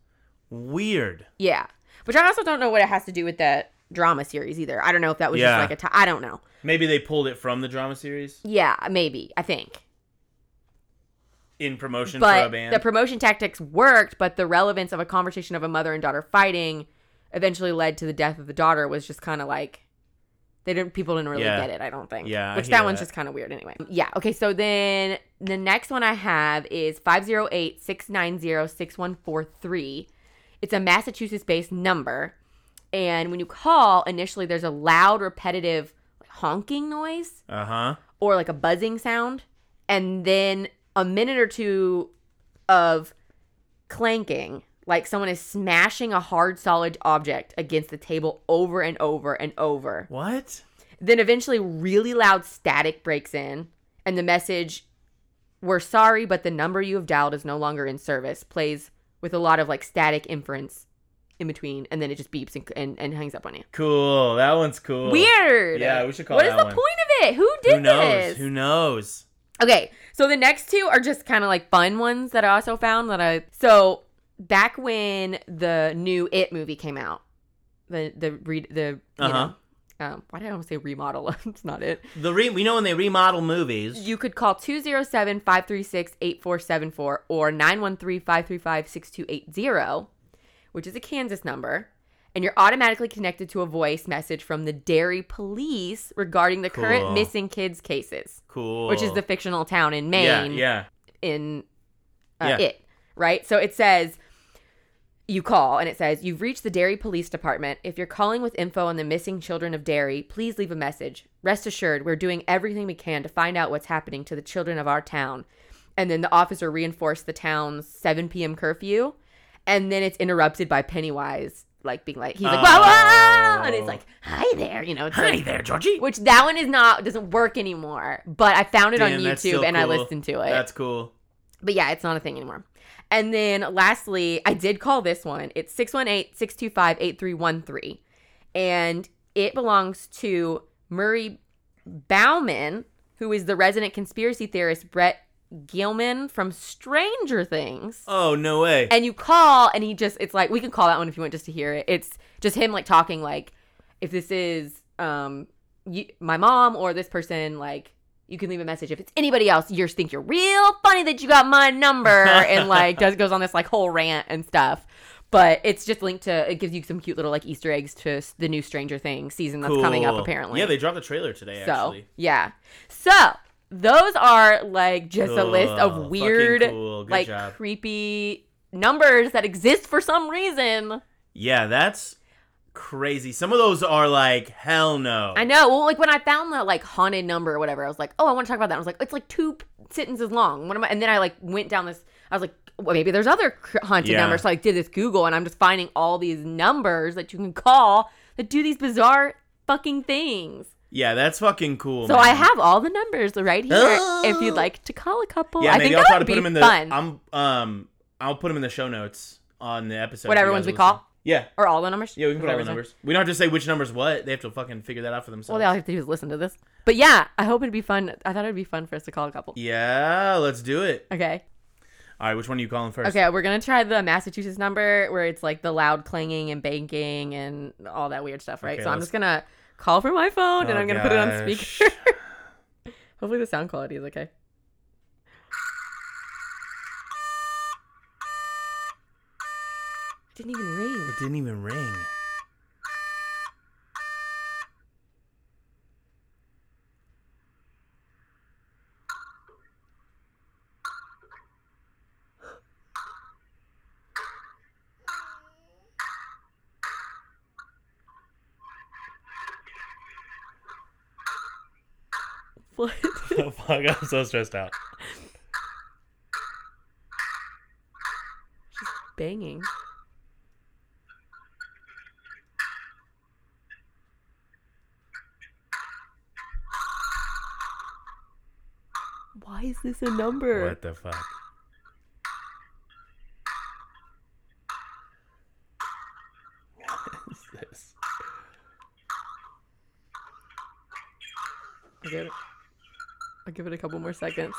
S2: Weird.
S1: Yeah. Which I also don't know what it has to do with that drama series either. I don't know if that was
S2: Yeah.
S1: just like a t- I don't know.
S2: Maybe they pulled it from the drama series
S1: Yeah, maybe. I think.
S2: in promotion for a
S1: but
S2: band.
S1: the promotion tactics worked but the relevance of a conversation of a mother and daughter fighting eventually led to the death of the daughter was just kind of like they didn't people didn't really
S2: Yeah.
S1: get it i don't think
S2: Yeah, I
S1: which
S2: hear
S1: that one's
S2: that.
S1: just kind of weird anyway yeah okay so then the next one i have is 508-690-6143 it's a massachusetts based number and when you call initially there's a loud repetitive honking noise
S2: uh huh.
S1: or like a buzzing sound, and then a minute or two of clanking, like someone is smashing a hard solid object against the table over and over and over.
S2: What?
S1: Then eventually, really loud static breaks in, and the message, We're sorry, but the number you have dialed is no longer in service, plays with a lot of like static inference in between, and then it just beeps and, and, and hangs up on you.
S2: Cool. That one's cool.
S1: Weird.
S2: Yeah, we should call
S1: What is
S2: that
S1: the
S2: one.
S1: point of it? Who did
S2: Who knows?
S1: this?
S2: Who knows?
S1: Okay, so the next two are just kind of like fun ones that I also found that I so back when the new It movie came out, the the re, the you
S2: Uh-huh.
S1: know, um, why did I want to say remodel? it's not it.
S2: The re- we know when they remodel movies.
S1: You could call 207-536-8474 or 913-535-6280, which is a Kansas number, and you're automatically connected to a voice message from the Dairy Police regarding the current
S2: Cool.
S1: missing kids cases,
S2: Cool.
S1: which is the fictional town in Maine
S2: Yeah, yeah.
S1: in uh,
S2: Yeah.
S1: it, right? So it says you call and it says you've reached the Derry Police Department. If you're calling with info on the missing children of Derry, please leave a message. Rest assured, we're doing everything we can to find out what's happening to the children of our town. And then the officer reinforced the town's 7 p.m. curfew, and then it's interrupted by Pennywise, like being like he's like, "Wah, wah," and it's
S2: Oh.
S1: like, "Hi there," you know, it's like-
S2: Hi there, Georgie.
S1: which that one is not doesn't work anymore. But I found it on
S2: Damn, that's
S1: YouTube
S2: still
S1: and I
S2: cool.
S1: listened to it
S2: That's cool.
S1: but yeah, it's not a thing anymore. And then lastly, I did call this one. It's 618 625 8313. And it belongs to Murray Bauman, who is the resident conspiracy theorist Brett Gilman from Stranger Things.
S2: Oh no way.
S1: And you call, and he just, it's like, we can call that one if you want just to hear it. It's just him like talking, like, if this is um you, my mom or this person, like, you can leave a message. If it's anybody else, you think you're real funny that you got my number. And like, does goes on this like whole rant and stuff. But it's just linked to, it gives you some cute little like Easter eggs to s- the new Stranger Things season that's coming up
S2: Cool.
S1: apparently.
S2: Yeah, they dropped a trailer today.
S1: so,
S2: actually.
S1: yeah. So, those are like just a list
S2: Cool.
S1: of
S2: Fucking
S1: weird
S2: cool. Good
S1: like
S2: job.
S1: creepy numbers that exist for some reason.
S2: Oh. Yeah, that's crazy. Some of those are like hell no.
S1: I know. Well, like when I found that like haunted number or whatever, I was like, oh, I want to talk about that. I was like, it's like two p- sentences long. What am I? And then I like went down this. I was like, well, maybe there's other cr- haunted
S2: Yeah.
S1: numbers. So I did this Google, and I'm just finding all these numbers that you can call that do these bizarre fucking things.
S2: Yeah, that's fucking cool.
S1: so
S2: Oh, man.
S1: I have all the numbers right here. If you'd
S2: Oh.
S1: like to call a couple,
S2: Yeah,
S1: I
S2: maybe
S1: think
S2: I'll
S1: that
S2: try
S1: would
S2: to put
S1: be
S2: them in the.
S1: fun.
S2: I'm um, I'll put them in the show notes on the episode. if
S1: Whatever
S2: you
S1: ones
S2: guys
S1: we
S2: listen.
S1: call?
S2: Yeah,
S1: or all the numbers.
S2: yeah, we can put all the
S1: Whatever's on.
S2: numbers. We don't have to say which numbers what. They have to fucking figure that out for themselves.
S1: Well, all they have to do is listen to this. But yeah, I hope it'd be fun. I thought it'd be fun for us to call a couple.
S2: yeah, let's do it.
S1: Okay.
S2: All right, which one are you calling first?
S1: Okay, we're gonna try the Massachusetts number where it's like the loud clanging and banking and all that weird stuff, right?
S2: Okay,
S1: so I'm
S2: let's-
S1: just gonna call from my phone and
S2: Oh,
S1: I'm gonna put it on
S2: gosh.
S1: speaker. Hopefully the sound quality is okay. Didn't even ring.
S2: It didn't even ring.
S1: What?
S2: oh fuck! I'm so stressed out.
S1: Banging. Why is this a number?
S2: What the fuck? What is this?
S1: I'll give it, I'll give it a couple more seconds.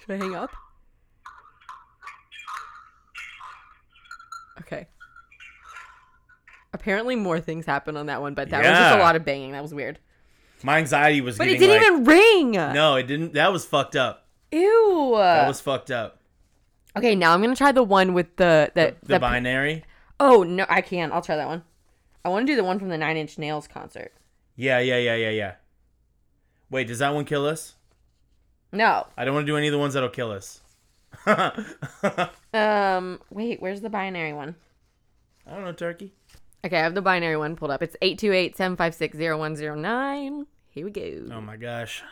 S1: Should I hang up? Okay. Apparently, more things happened on that one, but that was just a
S2: Yeah.
S1: lot of banging. That was weird.
S2: My anxiety was
S1: But it
S2: getting
S1: didn't
S2: like,
S1: even Uh, ring.
S2: No, it didn't. That was fucked up.
S1: Ew.
S2: That was fucked up.
S1: okay, now I'm gonna try the one with the the,
S2: The, binary.
S1: Oh no, I can. I'll try that one. I want to do the one from the Nine Inch Nails concert.
S2: Yeah, yeah, yeah, yeah, yeah. Wait, does that one kill us?
S1: No.
S2: I don't want to do any of the ones that'll kill us. I
S1: Um. Wait. Where's the binary one?
S2: don't know, Turkey.
S1: Okay, I have the binary one pulled up. It's 828-756-0109. Here we go.
S2: Oh my gosh.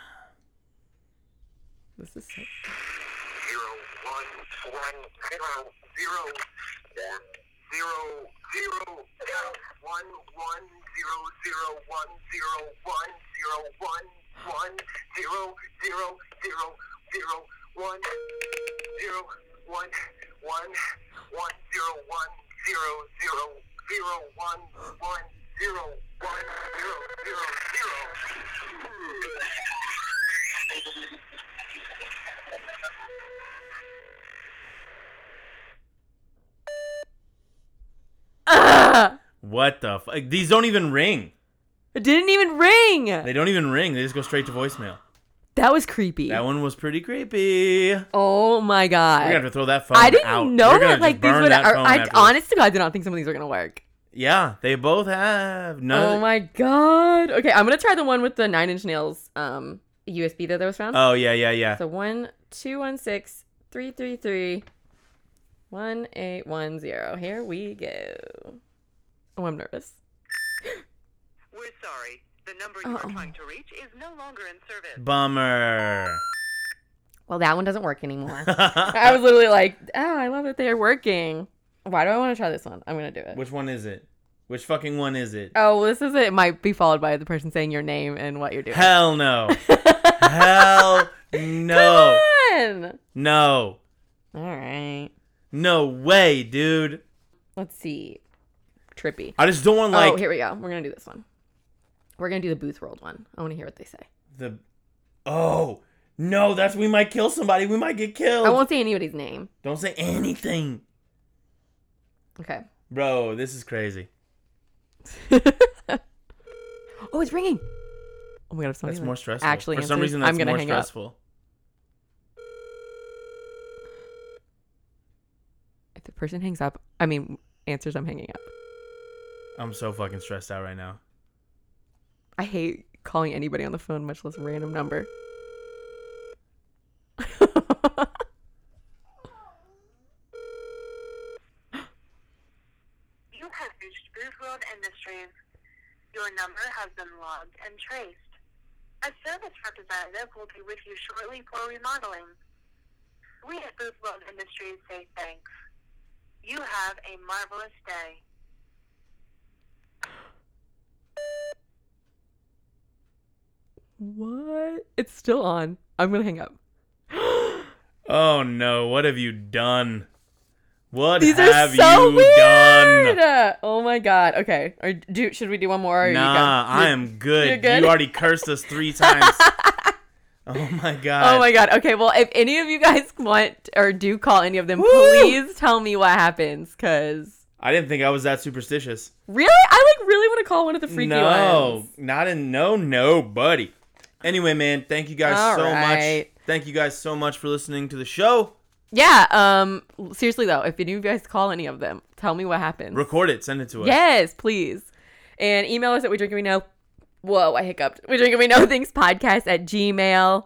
S1: This is so-
S3: zero one one zero zero one zero zero one one zero zero one zero one zero one one zero zero zero zero one zero one one one zero one zero zero zero one one zero one zero zero zero.
S1: Ugh!
S2: What the fuck? These don't even ring.
S1: Ah! It didn't even ring.
S2: They don't even ring. They just go straight to voicemail.
S1: That was creepy.
S2: That one was pretty creepy. We're
S1: oh my god.
S2: gonna have to throw that phone
S1: I didn't
S2: out.
S1: know
S2: We're gonna
S1: that
S2: just
S1: like these
S2: burn
S1: would.
S2: that
S1: I,
S2: phone
S1: I-
S2: after this.
S1: honest to god, did not think some of these were gonna work.
S2: Yeah, they both have. No.
S1: Oh my god. Okay, I'm gonna try the one with the nine inch nails um USB that I was found.
S2: Oh yeah, yeah, yeah.
S1: so one two one six three three three one eight one zero. Here we go. Oh, I'm nervous.
S4: We're sorry. The number you
S1: Uh-oh.
S4: are trying to reach is no longer in service.
S2: Bummer.
S1: Well, that one doesn't work anymore. I was literally like, oh, I love that they are working. Why do I want to try this one? I'm gonna do it.
S2: Which one is it? Which fucking one is it?
S1: Oh, well, this is it. it. Might be followed by the person saying your name and what you're doing.
S2: Hell no. Hell no.
S1: Come on!
S2: No.
S1: All right.
S2: No way, dude.
S1: Let's see. Trippy.
S2: I just don't want like
S1: oh, here we go. We're gonna do this one. We're gonna do the Booth World one. I want to hear what they say.
S2: the Oh, no, that's we might kill somebody. We might get killed.
S1: I won't say anybody's name.
S2: Don't say anything.
S1: Okay.
S2: Bro, this is crazy.
S1: oh, it's ringing. Oh my god, if
S2: That's
S1: somebody's
S2: more
S1: like,
S2: stressful.
S1: actually
S2: for some
S1: answers,
S2: reason
S1: I'm
S2: that's
S1: gonna
S2: more
S1: hang up.
S2: stressful.
S1: if the person hangs up, I mean answers, I'm hanging up.
S2: I'm so fucking stressed out right now.
S1: I hate calling anybody on the phone, much less a random number. oh
S4: You have reached Booth World Industries. Your number has been logged and traced. A service representative will be with you shortly for remodeling. We at Booth World Industries say thanks. You have a marvelous day.
S1: what? It's still on. I'm gonna hang up.
S2: Oh no, what have you done? What
S1: These
S2: have
S1: are so
S2: you
S1: weird.
S2: done?
S1: Oh my god. Okay. Or do should we do one more? Or you
S2: Nah,
S1: got-
S2: I am good.
S1: you're good?
S2: You already cursed us three times. oh my god.
S1: Oh my god. Okay, well, if any of you guys want or do call any of them, please tell me what happens cuz
S2: I didn't think I was that superstitious.
S1: really I like really want to call one of the freaky
S2: no,
S1: ones.
S2: not in no nobody. Anyway, man, thank you guys
S1: All
S2: so
S1: right.
S2: much. Thank you guys so much for listening to the show.
S1: Yeah, um seriously though, if any of you guys call any of them, tell me what happens.
S2: Record it, send it to us.
S1: yes, please. And email us at we drink and we know. Whoa, I hiccuped. We drink and we know things podcast at Gmail.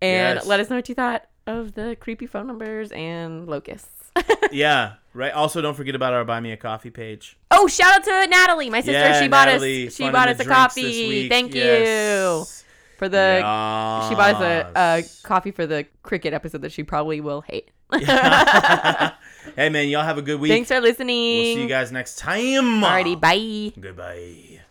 S1: And
S2: Yes.
S1: let us know what you thought of the creepy phone numbers and locusts.
S2: Yeah, right. Also, don't forget about our Buy Me a Coffee page.
S1: Oh, shout out to Natalie, my sister.
S2: yeah,
S1: she bought
S2: Natalie,
S1: us. She
S2: funding
S1: bought
S2: the
S1: us a
S2: drinks this
S1: coffee.
S2: week.
S1: Thank you
S2: Yes.
S1: for the. She bought us a, a
S2: Yes.
S1: coffee for the cricket episode that she probably will hate.
S2: hey man, y'all have a good week.
S1: Thanks for listening.
S2: We'll see you guys next time.
S1: Alrighty, bye.
S2: Goodbye.